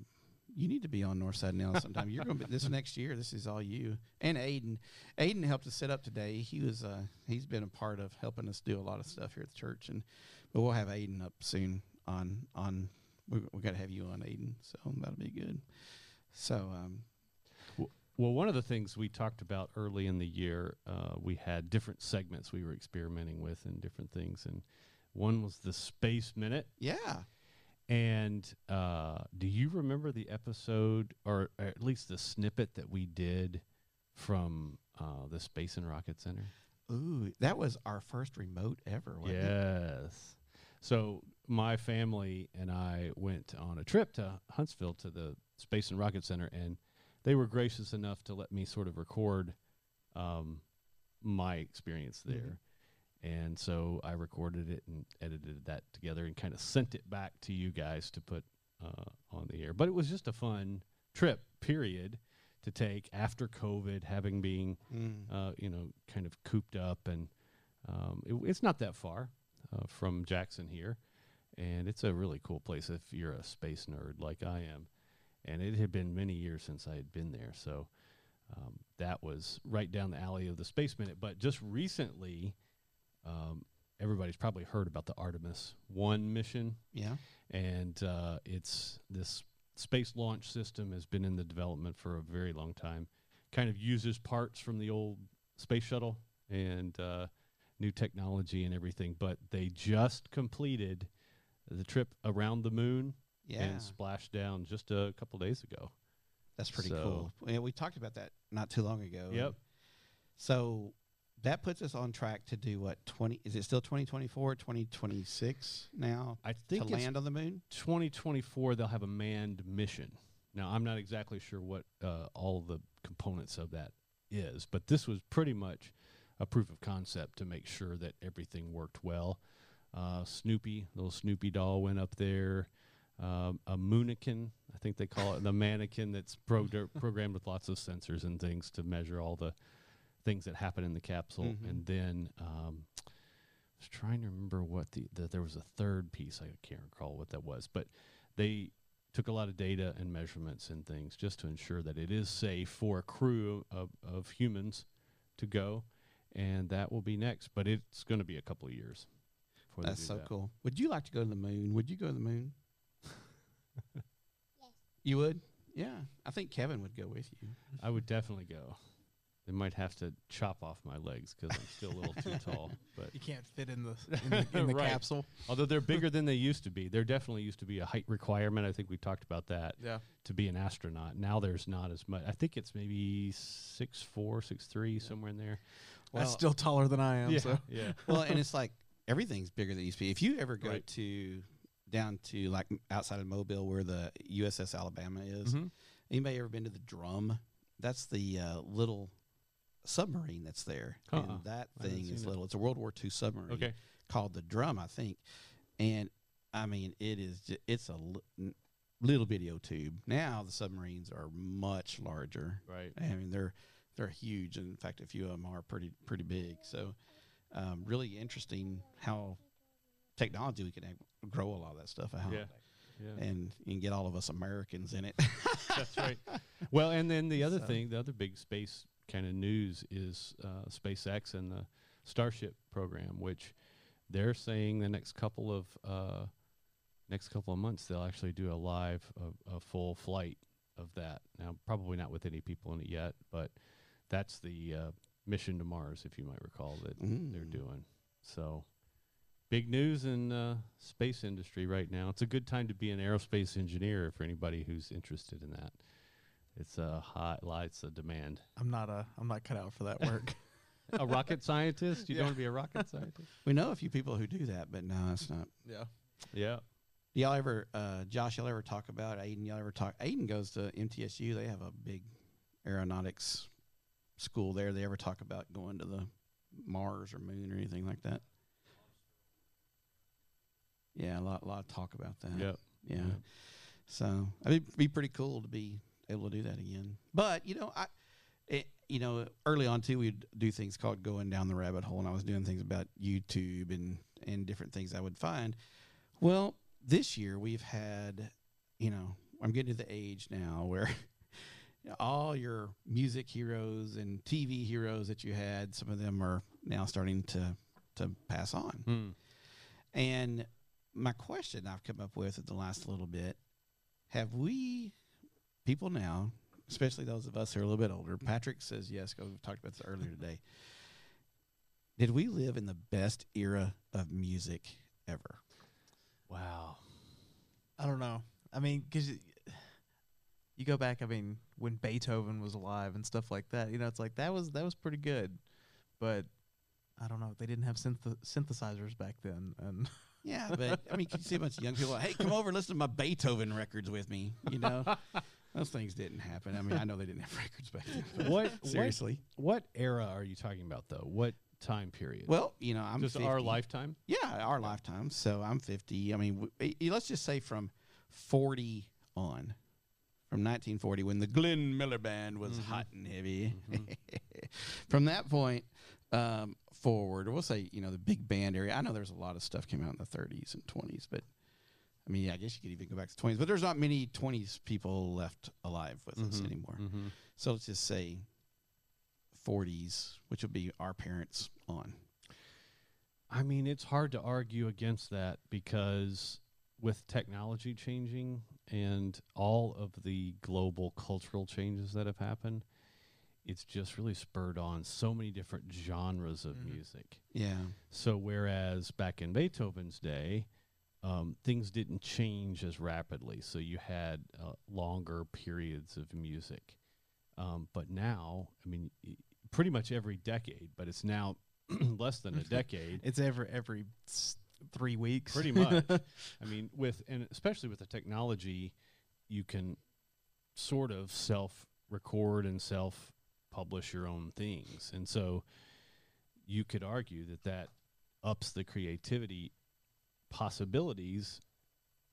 B: you need to be on Northside now sometime. You're going to be this next year. This is all you and Aiden. Aiden helped us set up today. He was uh, he's been a part of helping us do a lot of stuff here at the church, and but we'll have Aiden up soon on on. We we got to have you on Aiden, so that'll be good. So um,
C: Well, one of the things we talked about early in the year, uh, we had different segments we were experimenting with and different things. And one was the Space Minute.
B: yeah,
C: And uh, do you remember the episode, or, or at least the snippet that we did from uh, the Space and Rocket Center?
B: ooh, that was our first remote ever. Wasn't it?
C: Yes. So my family and I went on a trip to Huntsville to the Space and Rocket Center, and they were gracious enough to let me sort of record um, my experience there. And so I recorded it and edited that together and kind of sent it back to you guys to put uh, on the air. But it was just a fun trip, period, to take after COVID, having being
B: Mm.
C: uh, you know, kind of cooped up, and um, it, it's not that far uh, from Jackson here, and it's a really cool place if you're a space nerd like I am. And it had been many years since I had been there, so um, that was right down the alley of the Space Minute. But just recently, um, everybody's probably heard about the Artemis One mission
B: Yeah.
C: and uh, it's this space launch system has been in the development for a very long time. Kind of uses parts from the old space shuttle and uh, new technology and everything, but they just completed the trip around the moon
B: Yeah.
C: and splashed down just a couple days ago.
B: That's pretty
C: So-
B: cool. Yeah, we talked about that not too long ago.
C: Yep.
B: So that puts us on track to do what 20 is it still 2024 2026 now
C: I think
B: to
C: it's
B: land on the moon
C: 2024 they'll have a manned mission. Now I'm not exactly sure what uh, all the components of that is, but this was pretty much a proof of concept to make sure that everything worked well. Uh, Snoopy, little Snoopy doll went up there. Um, a moonikin, I think they call it, the mannequin that's pro- programmed with lots of sensors and things to measure all the things that happen in the capsule.
B: Mhm.
C: And then um, I was trying to remember what the, the there was a third piece. I can't recall what that was, but they took a lot of data and measurements and things just to ensure that it is safe for a crew of, of humans to go, and that will be next. But it's going to be a couple of years. before they
B: that's
C: do
B: so
C: that.
B: cool would you like to go to the moon would you go to the moon
I: Yes.
B: you would yeah i think kevin would go with you
C: I would definitely go. They might have to chop off my legs because I'm still a little too tall. But
H: You can't fit in the-
C: <laughs>
H: in the- in the capsule.
C: Although they're bigger than they used to be. There definitely used to be a height requirement. I think we talked about that.
B: Yeah.
C: To be an astronaut. Now there's not as much. I think it's maybe six four, six three, somewhere in there.
B: Well-
H: still taller than I am,
C: Yeah.
H: so.
C: Yeah. <laughs>
B: well, and it's like everything's bigger than it used to be. If you ever go
C: Right.
B: to down to like m- outside of Mobile, where the USS Alabama is,
C: Mhm.
B: anybody ever been to the Drum? That's the uh, little submarine that's there,
C: Uh-uh.
B: and that
C: I haven't
B: thing is
C: seen it.
B: little. It's a World War II submarine
C: Okay.
B: called the Drum, I think, and I mean it is. Just, it's a li- n- little video tube. Now the submarines are much larger.
C: Right.
B: I mean they're they're huge, and in fact, a few of them are pretty pretty big. So, um, really interesting how technology we can ac- grow a lot of that stuff out.
C: Yeah. Yeah.
B: And and get all of us Americans in it. <laughs>
C: That's right. Well, and then the other
B: So-
C: thing, the other big space kind of news is uh, SpaceX and the Starship program, which they're saying the next couple of uh, next couple of months they'll actually do a live a, a full flight of that. Now, probably not with any people in it yet, but that's the uh, mission to Mars, if you might recall, that they're doing. So. Big news in uh, space industry right now. It's a good time to be an aerospace engineer for anybody who's interested in that. It's a hot, lights a demand.
H: I'm not
A: uh,
H: a. I'm not cut out for that work.
C: A rocket scientist? You
H: Yeah.
C: don't want to be a rocket
B: <laughs>
C: scientist?
B: we know a few people who do that, but no, it's not.
H: Yeah.
C: Yeah.
B: Do y'all ever, uh, Josh? Y'all ever talk about Aiden? Y'all ever talk? Aiden goes to MTSU. They have a big aeronautics school there. They ever talk about going to the Mars or Moon or anything like that? Yeah, a lot, lot of talk about <laughs> that.
C: Yep.
B: Yeah.
C: Yep.
B: So it'd be pretty cool to be able to do that again. But you know, I, it, you know, early on too, we'd do things called going down the rabbit hole, and I was doing things about YouTube and and different things I would find. Well, this year we've had, you know, I'm getting to the age now where <laughs> all your music heroes and TV heroes that you had, some of them are now starting to to pass on. And my question I've come up with at the last little bit: Have we people now, especially those of us who are a little bit older? Patrick says yes. 'cause We've talked about this earlier today. Did we live in the best era of music ever?
C: Wow.
K: I don't know. I mean, because you go back. I mean, when Beethoven was alive and stuff like that. You know, it's like that was that was pretty good, but I don't know. They didn't have synth- synthesizers back then, and <laughs>
B: Yeah, but I mean, can you see a bunch of young people? Hey, come over, and listen to my Beethoven records with me. You know, those things didn't happen. I mean, I know they didn't have records back then. but
C: What
B: Seriously.
C: What, what era are you talking about though? What time period?
B: Well, you know, I'm
C: just our
B: 50.
C: lifetime.
B: Yeah, our lifetime. So I'm 50. I mean, w- y- y- let's just say from 40 on, from 1940 when the Glenn Miller Band was hot and heavy. <laughs> from that point um, forward, or we'll say you know the big band area. I know there's a lot of stuff came out in the 30s and 20s, but I mean, yeah, I guess you could even go back to 20s. But there's not many 20s people left alive with us
C: Mhm,
B: anymore.
C: mhm.
B: So let's just say 40s, which would be our parents on.
C: I mean, it's hard to argue against that because with technology changing and all of the global cultural changes that have happened, it's just really spurred on so many different genres of
B: Mm-hmm.
C: music.
B: Yeah.
C: So whereas back in Beethoven's day, um, things didn't change as rapidly, so you had uh, longer periods of music. Um, but now, I mean, y- pretty much every decade, but it's now <clears throat> less than a decade.
K: it's every every s- three weeks, <laughs>
C: Pretty much. I mean, with and especially with the technology, you can sort of self record and self publish your own things. And so you could argue that that ups the creativity possibilities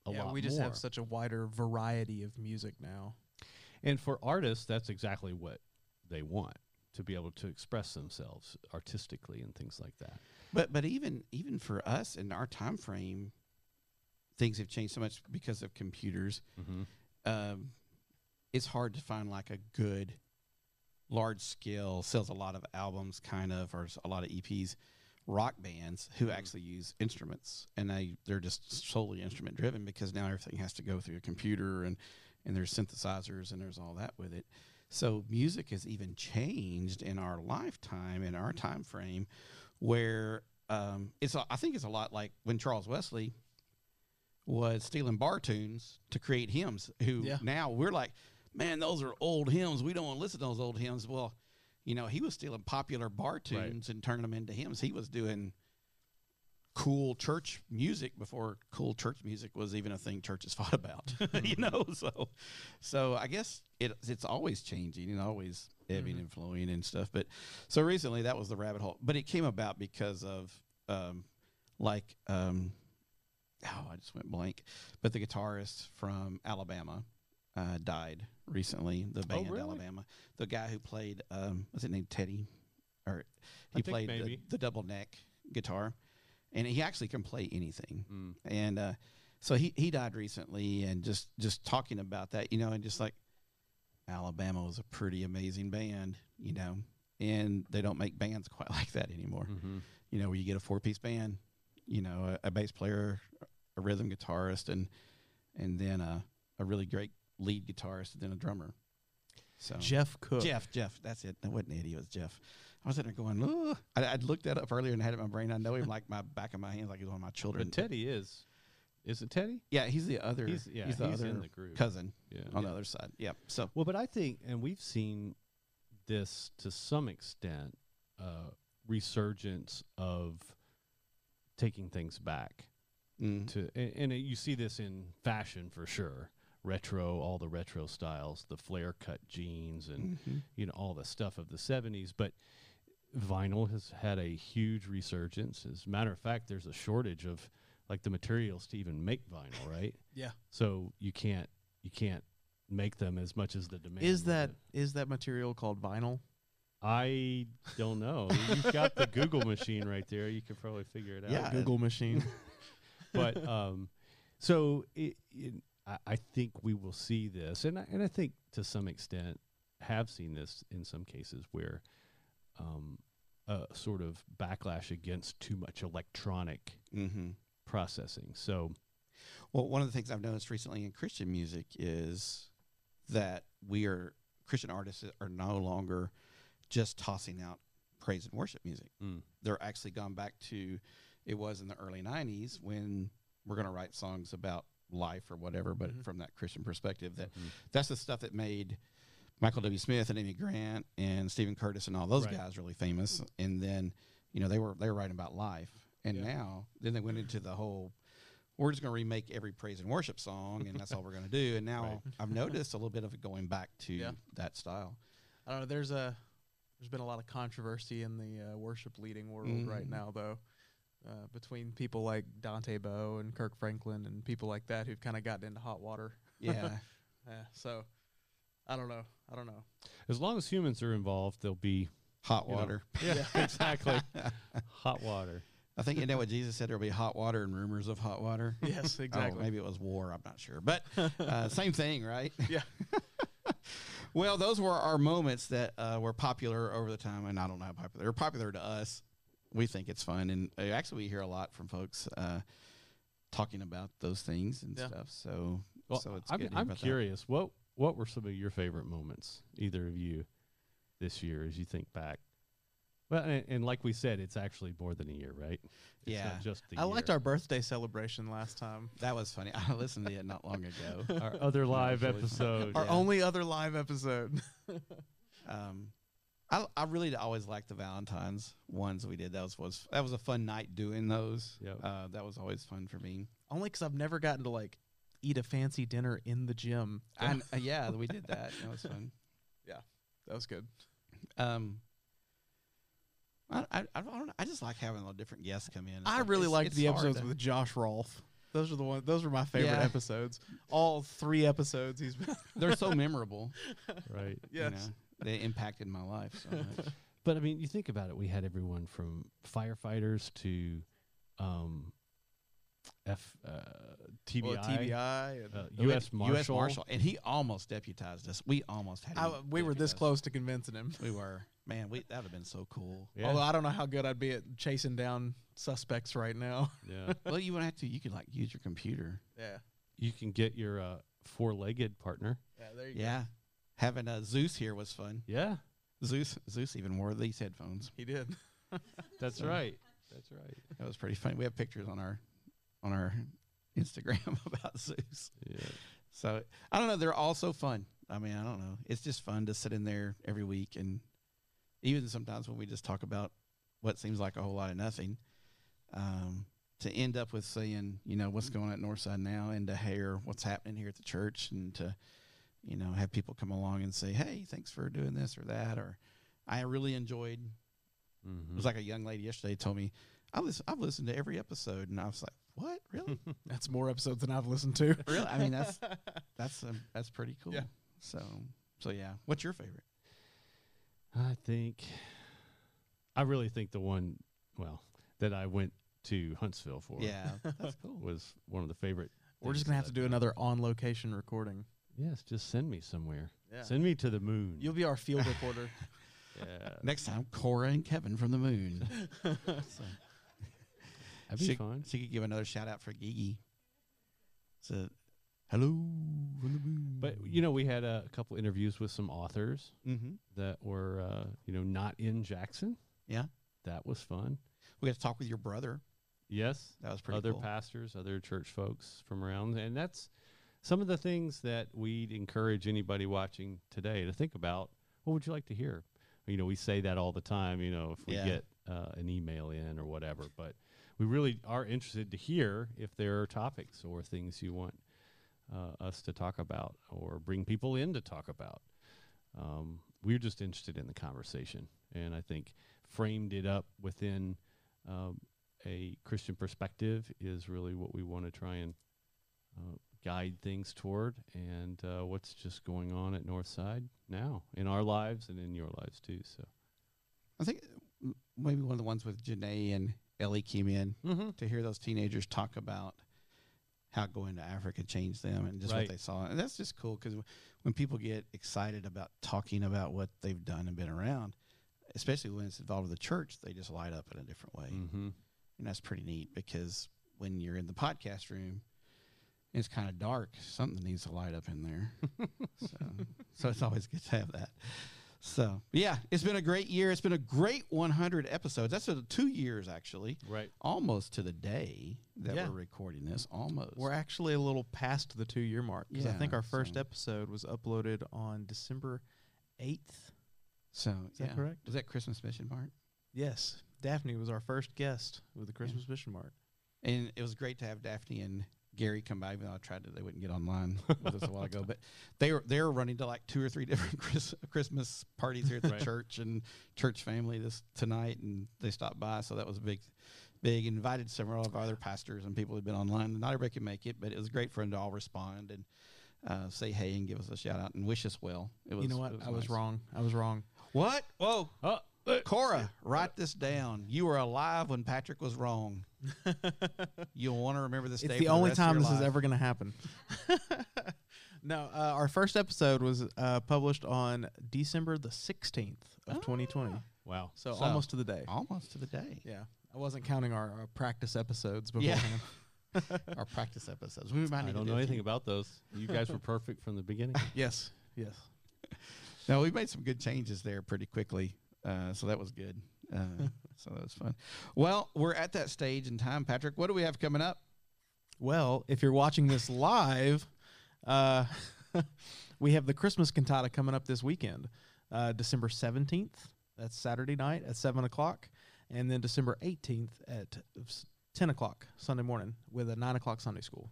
C: a
K: yeah,
C: lot
K: we just
C: more.
K: have such a wider variety of music now.
C: And for artists, that's exactly what they want to be able to express themselves artistically and things like that.
B: But but even even for us in our time frame, things have changed so much because of computers. Um, it's hard to find like a good, large scale sells a lot of albums, kind of, or s- a lot of EPs. Rock bands who actually use instruments and they they're just solely instrument driven because now everything has to go through a computer and and there's synthesizers and there's all that with it. So music has even changed in our lifetime, in our time frame, where um, it's. a- I think it's a lot like when Charles Wesley was stealing bar tunes to create hymns. Who
K: Yeah.
B: now we're like, man, those are old hymns. We don't want to listen to those old hymns. Well, you know, he was stealing popular bar tunes and turning them into hymns. He was doing cool church music before cool church music was even a thing churches <laughs> fought about. you know, so so I guess it it's always changing and always ebbing and flowing and stuff. But so recently that was the rabbit hole. But it came about because of um like um oh I just went blank. But the guitarist from Alabama uh, died recently. The band
C: really?
B: Alabama. The guy who played um was it named Teddy? Or
C: I
B: he
C: think
B: played the,
C: maybe.
B: the double neck guitar, and he actually can play anything.
C: Mm.
B: And uh, so he he died recently, and just just talking about that, you know, and just like Alabama was a pretty amazing band, you know, and they don't make bands <laughs> quite like that anymore.
C: Mm-hmm.
B: You know, where you get a four piece band, you know, a, a bass player, a rhythm guitarist, and and then a a really great lead guitarist, and then a drummer. So
K: Jeff Cook.
B: Jeff, Jeff, that's it. That wasn't Eddie. It was Jeff. I was sitting there going, Ugh. I, I'd looked that up earlier and had it in my brain. I know him like my back of my hand, like he's one of my children.
C: But Teddy is. Is it Teddy?
B: Yeah, he's the other.
C: He's, yeah,
B: the
C: he's
B: other
C: in the group.
B: cousin.
C: Yeah.
B: on the other side. Yeah. So
C: Well, but I think, and we've seen this to some extent, uh, resurgence of taking things back. To and, and uh, you see this in fashion for sure. Retro, all the retro styles, the flare cut jeans, and
B: Mhm.
C: you know all the stuff of the '70s. But vinyl has had a huge resurgence. As a matter of fact, there's a shortage of like the materials to even make vinyl, right?
K: <laughs> Yeah.
C: So you can't you can't make them as much as the demand.
K: Is
C: would.
K: that is that material called vinyl?
C: I don't know. You've got the Google machine right there. You could probably figure it out.
K: Yeah, Google machine.
C: but um, so it, it, I, I think we will see this, and I, and I think to some extent have seen this in some cases where um, a sort of backlash against too much electronic
B: Mm-hmm.
C: processing. So
B: Well, one of the things I've noticed recently in Christian music is that we are Christian artists are no longer just tossing out praise and worship music.
C: Mm.
B: They're actually gone back to it was in the early '90s when we're going to write songs about life or whatever, but from that Christian perspective, that that's the stuff that made Michael W. Smith and Amy Grant and Stephen Curtis and all those
C: Right.
B: guys really famous. And then you know they were they were writing about life, and now then they went into the whole we're just going to remake every praise and worship song, and that's all we're going to do. And
C: <laughs>
B: now I've noticed a little bit of it going back to that style.
K: I don't know. There's a there's been a lot of controversy in the uh, worship leading world right
B: Mhm.
K: now, though, uh, between people like Dante Bow and Kirk Franklin and people like that who've kind of gotten into hot water.
B: Yeah.
K: yeah. So I don't know. I don't know. <laughs>
C: as long as humans are involved, there'll be
B: Hot
C: you know-
B: water.
C: yeah, <laughs> exactly. Hot water.
B: I think you know what Jesus said. There'll be hot water and rumors of hot water.
C: <laughs>
K: Yes,
B: Oh,
K: exactly.
B: maybe it was war. I'm not sure, but
K: <laughs>
B: uh, same thing, right?
K: Yeah.
B: <laughs> well, those were our moments that uh, were popular over the time, and I don't know how popular they're popular to us. We think it's fun, and uh, actually, we hear a lot from folks uh, talking about those things and
C: Yeah.
B: stuff. So,
C: Well,
B: so it's
C: I'm,
B: good to hear
C: I'm
B: about that.
C: curious. What what were some of your favorite moments, either of you, this year as you think back? Well, and, and like we said, it's actually more than a year, right? It's not just the
K: I liked
C: year.
K: our birthday celebration last time.
B: That was funny. <laughs> I listened to it not long
A: <laughs>
B: ago.
C: Our <laughs> other live
K: <laughs>
C: episode.
K: Our
B: oh, Yeah.
K: only other live episode. <laughs>
B: Um, I I really always liked the Valentine's ones we did. That was was that was a fun night doing those. Uh, that was always fun for me.
K: Only because I've never gotten to like eat a fancy dinner in the gym.
B: And uh, yeah, we did that. That was fun.
K: <laughs> Yeah, that was good.
B: Um, I I, I don't know. I just like having a different guests come in. It's
K: I
B: like-
K: really
B: it's-
K: liked
B: it's
K: the
B: hard
K: episodes
B: to-
K: with Josh Rolfe. Those are the one. Those were my favorite
B: Yeah.
K: episodes. All three episodes he's
A: <laughs>
K: been.
B: <laughs>
K: <laughs>
B: They're so memorable.
C: Right.
K: Yes.
B: You know, they impacted my life so
C: <laughs>
B: much.
C: But I mean, you think about it. We had everyone from firefighters to um, F uh, TBI,
K: Well, TBI and-
C: uh,
K: Oh,
B: We had
C: U.S. Marshal.
B: U.S.
C: <laughs>
B: Marshal, and he almost deputized us. We almost had.
K: I,
B: him
K: we were this
B: deputized.
K: close to convincing him.
B: We were. Man, we that would have been so cool.
C: Yeah.
K: Although I don't know how good I'd be at chasing down suspects right
A: <laughs>
K: now.
C: Yeah.
B: well, you wouldn't have to. You could like use your computer.
K: yeah.
C: You can get your uh, four-legged partner.
K: Yeah. There you
B: Yeah. Having uh, Zeus here was fun.
C: Yeah.
B: Zeus Zeus even wore these headphones.
A: He did.
C: That's right. That's right.
B: That was pretty funny. We have pictures on our on our <laughs> Instagram <laughs> about Zeus.
C: Yeah.
B: So I don't know. They're all so fun. I mean, I don't know. It's just fun to sit in there every week, and even sometimes when we just talk about what seems like a whole lot of nothing, um, to end up with saying, you know, what's going on at Northside now, and to hear what's happening here at the church, and to you know have people come along and say, hey, thanks for doing this or that, or I really enjoyed.
C: Mm-hmm.
B: It was like a young lady yesterday told me, I listen, I've listened to every episode, and I was like, what really?
L: <laughs> That's more episodes than I've listened to.
B: <laughs> really? I
L: <laughs>
B: mean, that's that's um, that's pretty cool.
L: Yeah.
B: So so yeah. What's your favorite?
C: I think, I really think the one, well, that I went to Huntsville for. <laughs>
B: Yeah, that's cool.
C: Was one of the favorite.
A: We're just
C: things
A: gonna have to
C: I've
A: do
C: done.
A: another on location recording.
C: Yes, just send me somewhere.
A: Yeah.
C: Send me to the moon.
A: You'll be our field reporter.
C: yeah.
B: Next time, Cora and Kevin from the Moon. So-
C: <laughs> That'd be
B: she,
C: fun.
B: She could give another shout out for Gigi. So, hello from the moon.
C: But you know, we had a couple interviews with some authors
B: Mhm.
C: that were, uh, you know, not in Jackson.
B: Yeah.
C: That was fun.
B: we got to talk with your brother.
C: Yes,
B: That was pretty
C: Other
B: cool.
C: pastors, other church folks from around, and that's some of the things that we'd encourage anybody watching today to think about. What would you like to hear? You know, we say that all the time. You know, if we
B: Yeah.
C: get uh, an email in or whatever, but we really are interested to hear if there are topics or things you want uh, us to talk about or bring people in to talk about. Um, we're just interested in the conversation, and I think framed it up within um, a Christian perspective is really what we want to try and uh, guide things toward, and uh, what's just going on at Northside now in our lives and in your lives too. So
B: I think m- maybe one of the ones with Janae and Ellie came in to hear those teenagers talk about how going to Africa changed them and just
C: Right.
B: what they saw. And that's just cool because when people get excited about talking about what they've done and been around, especially when it's involved with the church, they just light up in a different way.
C: Mhm.
B: And that's pretty neat because when you're in the podcast room, it's kind of dark. Something needs to light up
A: <laughs>
B: in there. so, so it's always good to have that. So, yeah, it's been a great year. It's been a great 100 episodes. That's uh, two years, actually.
C: Right.
B: Almost to the day that
A: Yeah.
B: we're recording this. Almost.
A: We're actually a little past the two year mark because I think
B: Yeah,
A: our first
B: so-
A: episode was uploaded on December 8th.
B: so,
A: Is that
B: yeah.
A: correct?
B: Was that Christmas Mission Mark?
A: Yes. Daphne was our first guest with the Christmas Mission Mark.
B: And it was great to have Daphne and Gary come by, even though I tried to, they wouldn't get online with us a while
A: <laughs>
B: ago. But they were they were running to like two or three <laughs> different Chris, Christmas parties here at the
C: Right.
B: church and church family this tonight, and they stopped by, so that was a big, big. Invited several of our other pastors and people who'd been online. Not everybody could make it, but it was great for them to all respond and uh, say hey and give us a shout out and wish us well. It was
A: you know what?
B: it
A: I was
B: nice.
A: wrong. I was wrong.
B: What? Whoa.
C: Uh,
B: Cora, write this down. You were alive when Patrick was wrong. You'll want to remember this day.
A: it's
B: for
A: the only
B: rest of
A: time
B: your
A: this is
B: life.
A: ever going to happen. <laughs> no, uh, our first episode was uh, published on December the 16th of 2020.
C: wow,
A: So,
B: Ah. So-
A: almost to the day.
B: Almost to the day.
A: Yeah. I wasn't counting our, our practice episodes
B: Yeah. <laughs>
A: beforehand.
B: Our practice episodes. We might
C: I
B: need
C: don't
B: to do a
C: know anything
B: few.
C: about those. You guys were perfect from
B: <laughs>
C: the beginning.
A: yes. Yes.
B: No, we made some good changes there pretty quickly. Uh, so that was good. Uh, so that was fun. Well, we're at that stage in time, Patrick. What do we have coming up?
A: Well, if you're watching this live, uh, <laughs> we have the Christmas cantata coming up this weekend, uh, December 17th. That's Saturday night at 7 o'clock. And then December 18th at s- 10 o'clock Sunday morning with a 9 o'clock Sunday school.
B: Oh.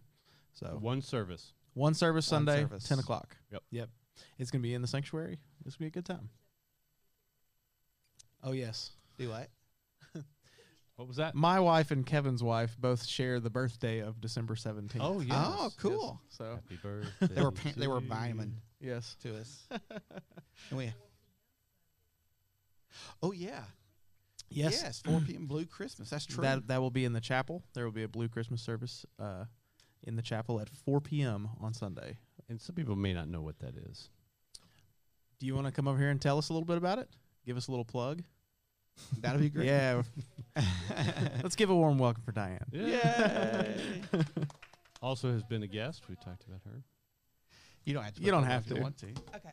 A: So
C: One service.
A: one service
B: One
A: Sunday,
B: service.
A: 10 o'clock.
C: Yep.
A: Yep. It's going to be in the sanctuary. It's going to be a good time. Oh, yes.
B: Do what?
C: What was that?
A: My wife and Kevin's wife both share the birthday of December 17th.
C: Oh yes.
B: Oh, cool.
A: So,
C: Happy
B: <laughs>
C: birthday.
B: They were pa- they were
C: to
B: miming
A: yes.
B: to us. and we, oh yeah,
A: Yes.
B: yes, 4 p.m. Blue Christmas. That's true.
A: That that will be in the chapel. There will be a blue Christmas service uh, in the chapel at 4 p.m. on Sunday.
C: And some people may not know what that is.
A: Do you want to come over here and tell us a little bit about it? Give us a little plug.
B: That'll be
A: <laughs>
B: great.
A: Yeah. Let's give a warm welcome for Diane.
C: <laughs> also has been a guest. We talked about her.
B: You don't have to.
A: You don't have
B: if you
A: to.
B: want to.
M: Okay.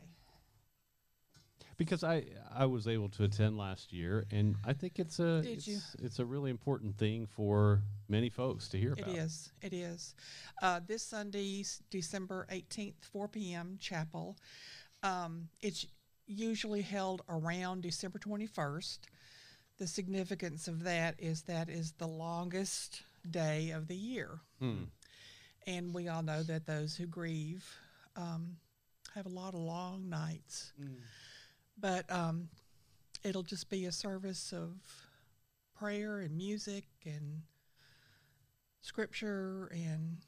C: because I I was able to attend last year, and I think it's a
M: Did
C: it's,
M: you?
C: it's a really important thing for many folks to hear
M: It
C: about.
M: is. It is. Uh, this Sunday, s- December 18th, 4 p.m., chapel. Um, it's usually held around December 21st. The significance of that is that is the longest day of the year.
C: Hmm.
M: And we all know that those who grieve um, have a lot of long nights. But um, it'll just be a service of prayer and music and scripture and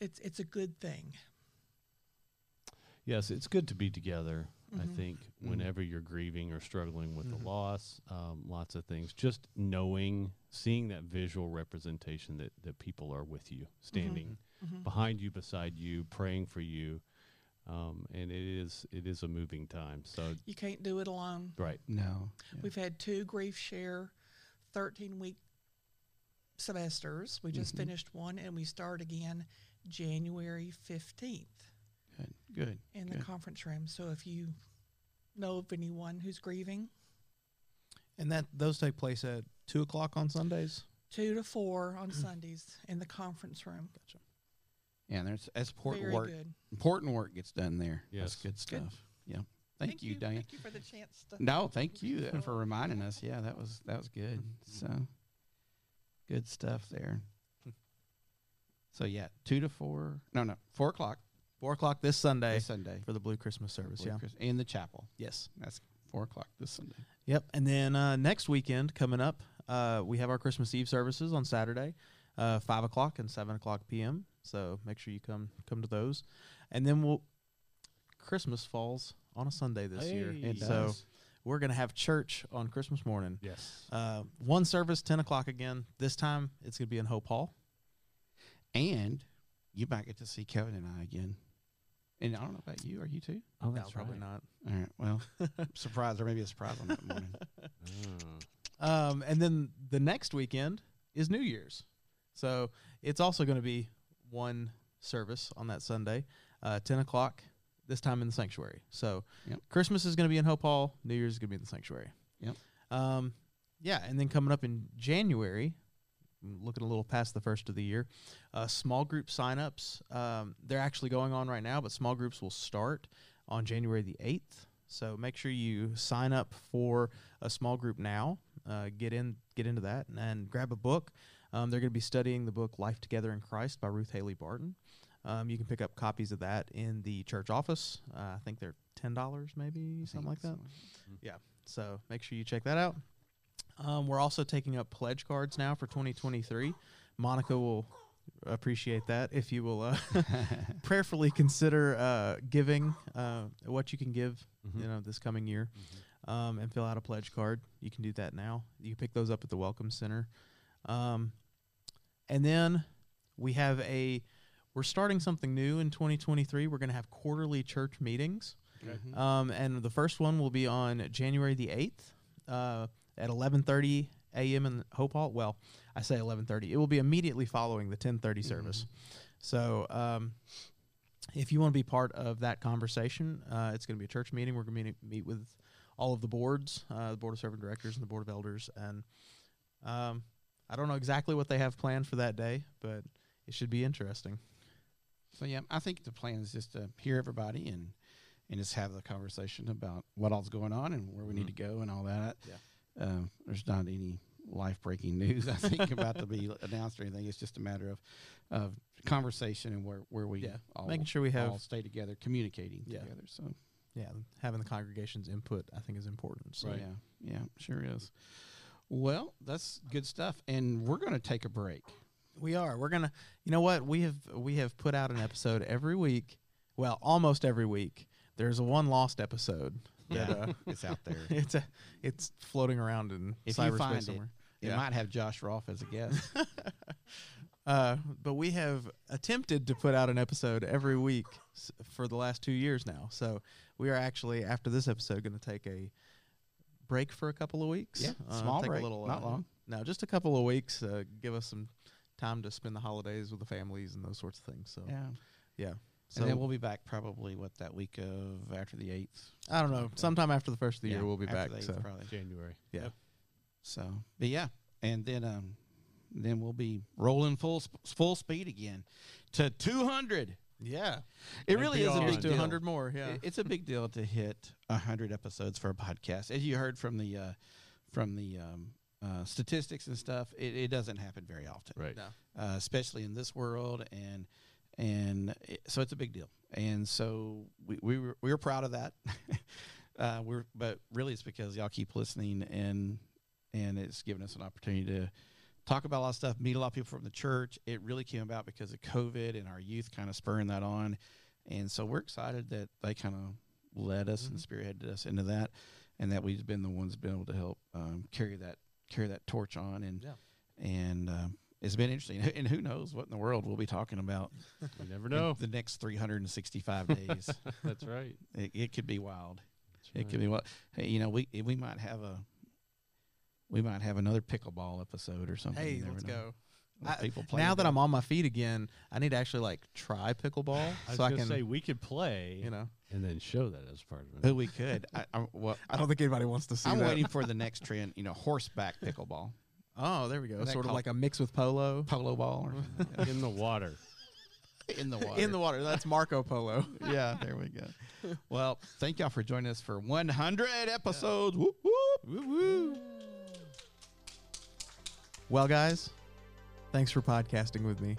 M: it's it's a good thing.
C: Yes, it's good to be together.
M: Mhm.
C: I think
M: Mhm.
C: whenever you're grieving or struggling with
M: Mhm.
C: a loss, um, lots of things. Just knowing, seeing that visual representation that that people are with you, standing
M: Mhm.
C: behind you, beside you, praying for you, um, and it is it is a moving time. So
M: You can't do it alone.
C: right,
B: no,
M: We've had two grief share 13 week semesters. We just
B: Mhm.
M: finished one and we start again January 15th
B: Good.
M: in
B: good.
M: the conference room. So if you know of anyone who's grieving,
A: And that those take place at two o'clock on Sundays.
M: two to
B: <clears throat>
M: four on Sundays in the conference room. Gotcha.
B: Yeah, and there's that's important
M: Very
B: work.
M: good.
B: Important work gets done there.
C: Yes.
B: That's good stuff.
M: Good.
B: Yeah. Thank, you, Diane.
M: Thank you for the chance to.
B: No, thank you
M: <laughs>
B: uh,
M: Cool.
B: for reminding us. Yeah, that was that was good. So good stuff there. So yeah, two to four. No, no, four o'clock.
A: Four o'clock this Sunday.
B: This Sunday
A: for the Blue Christmas service.
B: Blue
A: yeah.
B: Chris- in the chapel.
A: Yes.
B: that's four o'clock this Sunday.
A: Yep. And then uh, next weekend coming up, uh, we have our Christmas Eve services on Saturday, uh, five o'clock and seven o'clock p.m. So make sure you come come to those. And then we'll Christmas falls on a Sunday this year,
B: Hey. It
A: so
B: does.
A: we're gonna have church on Christmas morning.
C: Yes.
A: Uh, one service, ten o'clock again. This time it's gonna be in Hope Hall.
B: And you might get to see Kevin and I again. And I don't know about you. Are you too?
C: Oh,
A: No,
C: that's
A: probably
C: right.
A: not.
B: All right. Well, <laughs> surprise or maybe a surprise on that <laughs> morning.
A: Um, and then the next weekend is New Year's. So it's also going to be one service on that Sunday, uh, 10 o'clock, this time in the sanctuary. So
B: Yep.
A: Christmas is going to be in Hope Hall, New Year's is going to be in the sanctuary.
B: Yep.
A: Um, yeah, and then coming up in January, m- looking a little past the first of the year, uh, small group signups. Um, they're actually going on right now, but small groups will start on January the 8th. So make sure you sign up for a small group now. Uh, get in, get into that, and, and grab a book. Um, they're going to be studying the book "Life Together in Christ" by Ruth Haley Barton. Um, you can pick up copies of that in the church office. Uh, I think they're ten dollars, maybe something like that. Yeah. So make sure you check that out. Um, we're also taking up pledge cards now for 2023. Monica will appreciate that if you will uh, prayerfully consider uh, giving uh, what you can give, you know, this coming year, um, and fill out a pledge card. You can do that now. You can pick those up at the Welcome Center. Um, and then we have a we're starting something new in 2023. We're going to have quarterly church meetings.
B: Okay. Mhm.
A: Um, and the first one will be on January the 8th uh, at 11:30 a.m. in Hope Hall. Well, I say 11:30. It will be immediately following the 10:30 service. So, um, if you want to be part of that conversation, uh, it's going to be a church meeting. We're going to meet with all of the boards, uh, the board of servant directors, and the board of elders. And um, I don't know exactly what they have planned for that day, but it should be interesting.
B: So yeah, I think the plan is just to hear everybody and and just have the conversation about what all's going on and where we need to
A: Mm-hmm.
B: go and all that. Yeah. Uh, there's not any life breaking news I think about to be <laughs> announced or anything. It's just a matter of of conversation and where where we
A: Yeah.
B: all
A: Making sure we have-
B: all stay together, communicating
A: Yeah.
B: together. So
A: Yeah, having the congregation's input, I think, is important. So,
B: Right. Yeah, yeah, sure is. Well, that's good stuff, and we're going to take a break.
A: We are. We're gonna. You know what? We have we have put out an episode every week. Well, almost every week. There's a one lost episode. that,
B: Yeah, it's out there.
A: <laughs> It's a, it's floating around in
B: If you
A: cyberspace
B: find it,
A: somewhere.
B: it
A: Yeah.
B: might have Josh Rolfe as a guest.
A: <laughs> Uh, but we have attempted to put out an episode every week s- for the last two years now. So we are actually after this episode going to take a break for a couple of weeks. Uh,
B: Yeah, small
A: take
B: break, not long.
A: No, just a couple of weeks. Uh, give us some time to spend the holidays with the families and those sorts of things. So
B: Yeah.
A: <laughs> yeah.
B: and
A: So-
B: then we'll be back probably what that week of after the eighth.
A: I don't know. Sometime after the first of the
B: Yeah,
A: year, we'll be
B: after
A: back.
B: the eighth,
A: so
B: probably.
C: <laughs> January.
A: Yeah.
B: So, but yeah, and then um, then we'll be rolling full sp- full speed again to 200.
A: Yeah,
B: it
A: And
B: really is a
A: beyond.
B: big
A: To
B: deal.
A: 100 more, yeah.
B: I- it's a big deal to hit 100 episodes for a podcast. As you heard from the uh, from the um, uh, statistics and stuff, it, it doesn't happen very often,
C: right?
A: No.
B: Uh, especially in this world, and and it, so it's a big deal. And so we we were, we were proud of that. <laughs> uh, we're but really it's because y'all keep listening and and it's given us an opportunity to talk about a lot of stuff, meet a lot of people from the church. It really came about because of COVID and our youth kind of spurring that on. And so we're excited that they kind of led us and spearheaded us into that, and that we've been the ones been able to help um, carry that carry that torch on. And
A: Yeah.
B: and um, it's been interesting. <laughs> And who knows what in the world we'll be talking about?
C: You never
B: in <laughs>
C: know.
B: The next
A: <laughs>
B: 365 days.
C: That's right.
B: It, it could be wild.
C: That's
B: It could be wild. Hey, you know, we we might have a we might have another pickleball episode or something.
A: Hey,
B: You never
A: let's
B: know.
A: go.
B: Let
A: I-
B: people play
A: now that
B: together.
A: I'm on my feet again, I need to actually like try
B: <sighs>
A: pickleball
C: I was
A: so I
C: gonna
A: can
C: say we could play,
A: you know.
C: and then show that as part of it.
B: Oh, we could. I, I, well,
A: <laughs> I don't think anybody wants to see
B: I'm
A: that.
B: waiting for the next trend. You know, horseback pickleball,
A: Oh, there we go.
B: Isn't that
A: Sort of
B: called-
A: like a mix with polo.
B: Polo ball or
C: in the water.
B: in the water.
A: <laughs> In the water. That's Marco
B: <laughs>
A: Polo.
B: yeah, there we
A: <laughs>
B: go. Well, thank y'all for joining us for 100 episodes. Whoop whoop whoop whoop.
A: Well, guys, thanks for podcasting with me.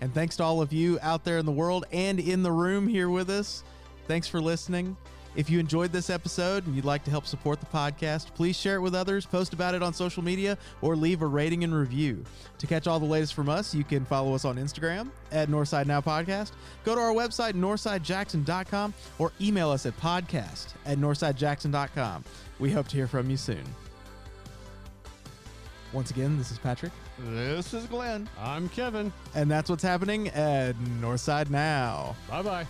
A: And thanks to all of you out there in the world and in the room here with us. Thanks for listening. If you enjoyed this episode and you'd like to help support the podcast, please share it with others, post about it on social media, or leave a rating and review. To catch all the latest from us, you can follow us on Instagram at Northside Now Podcast, go to our website, northsidejackson.com, or email us at podcast at northsidejackson.com. We hope to hear from you soon. Once again, this is Patrick.
B: This is Glenn.
C: I'm Kevin.
A: And that's what's happening at Northside Now.
C: Bye bye.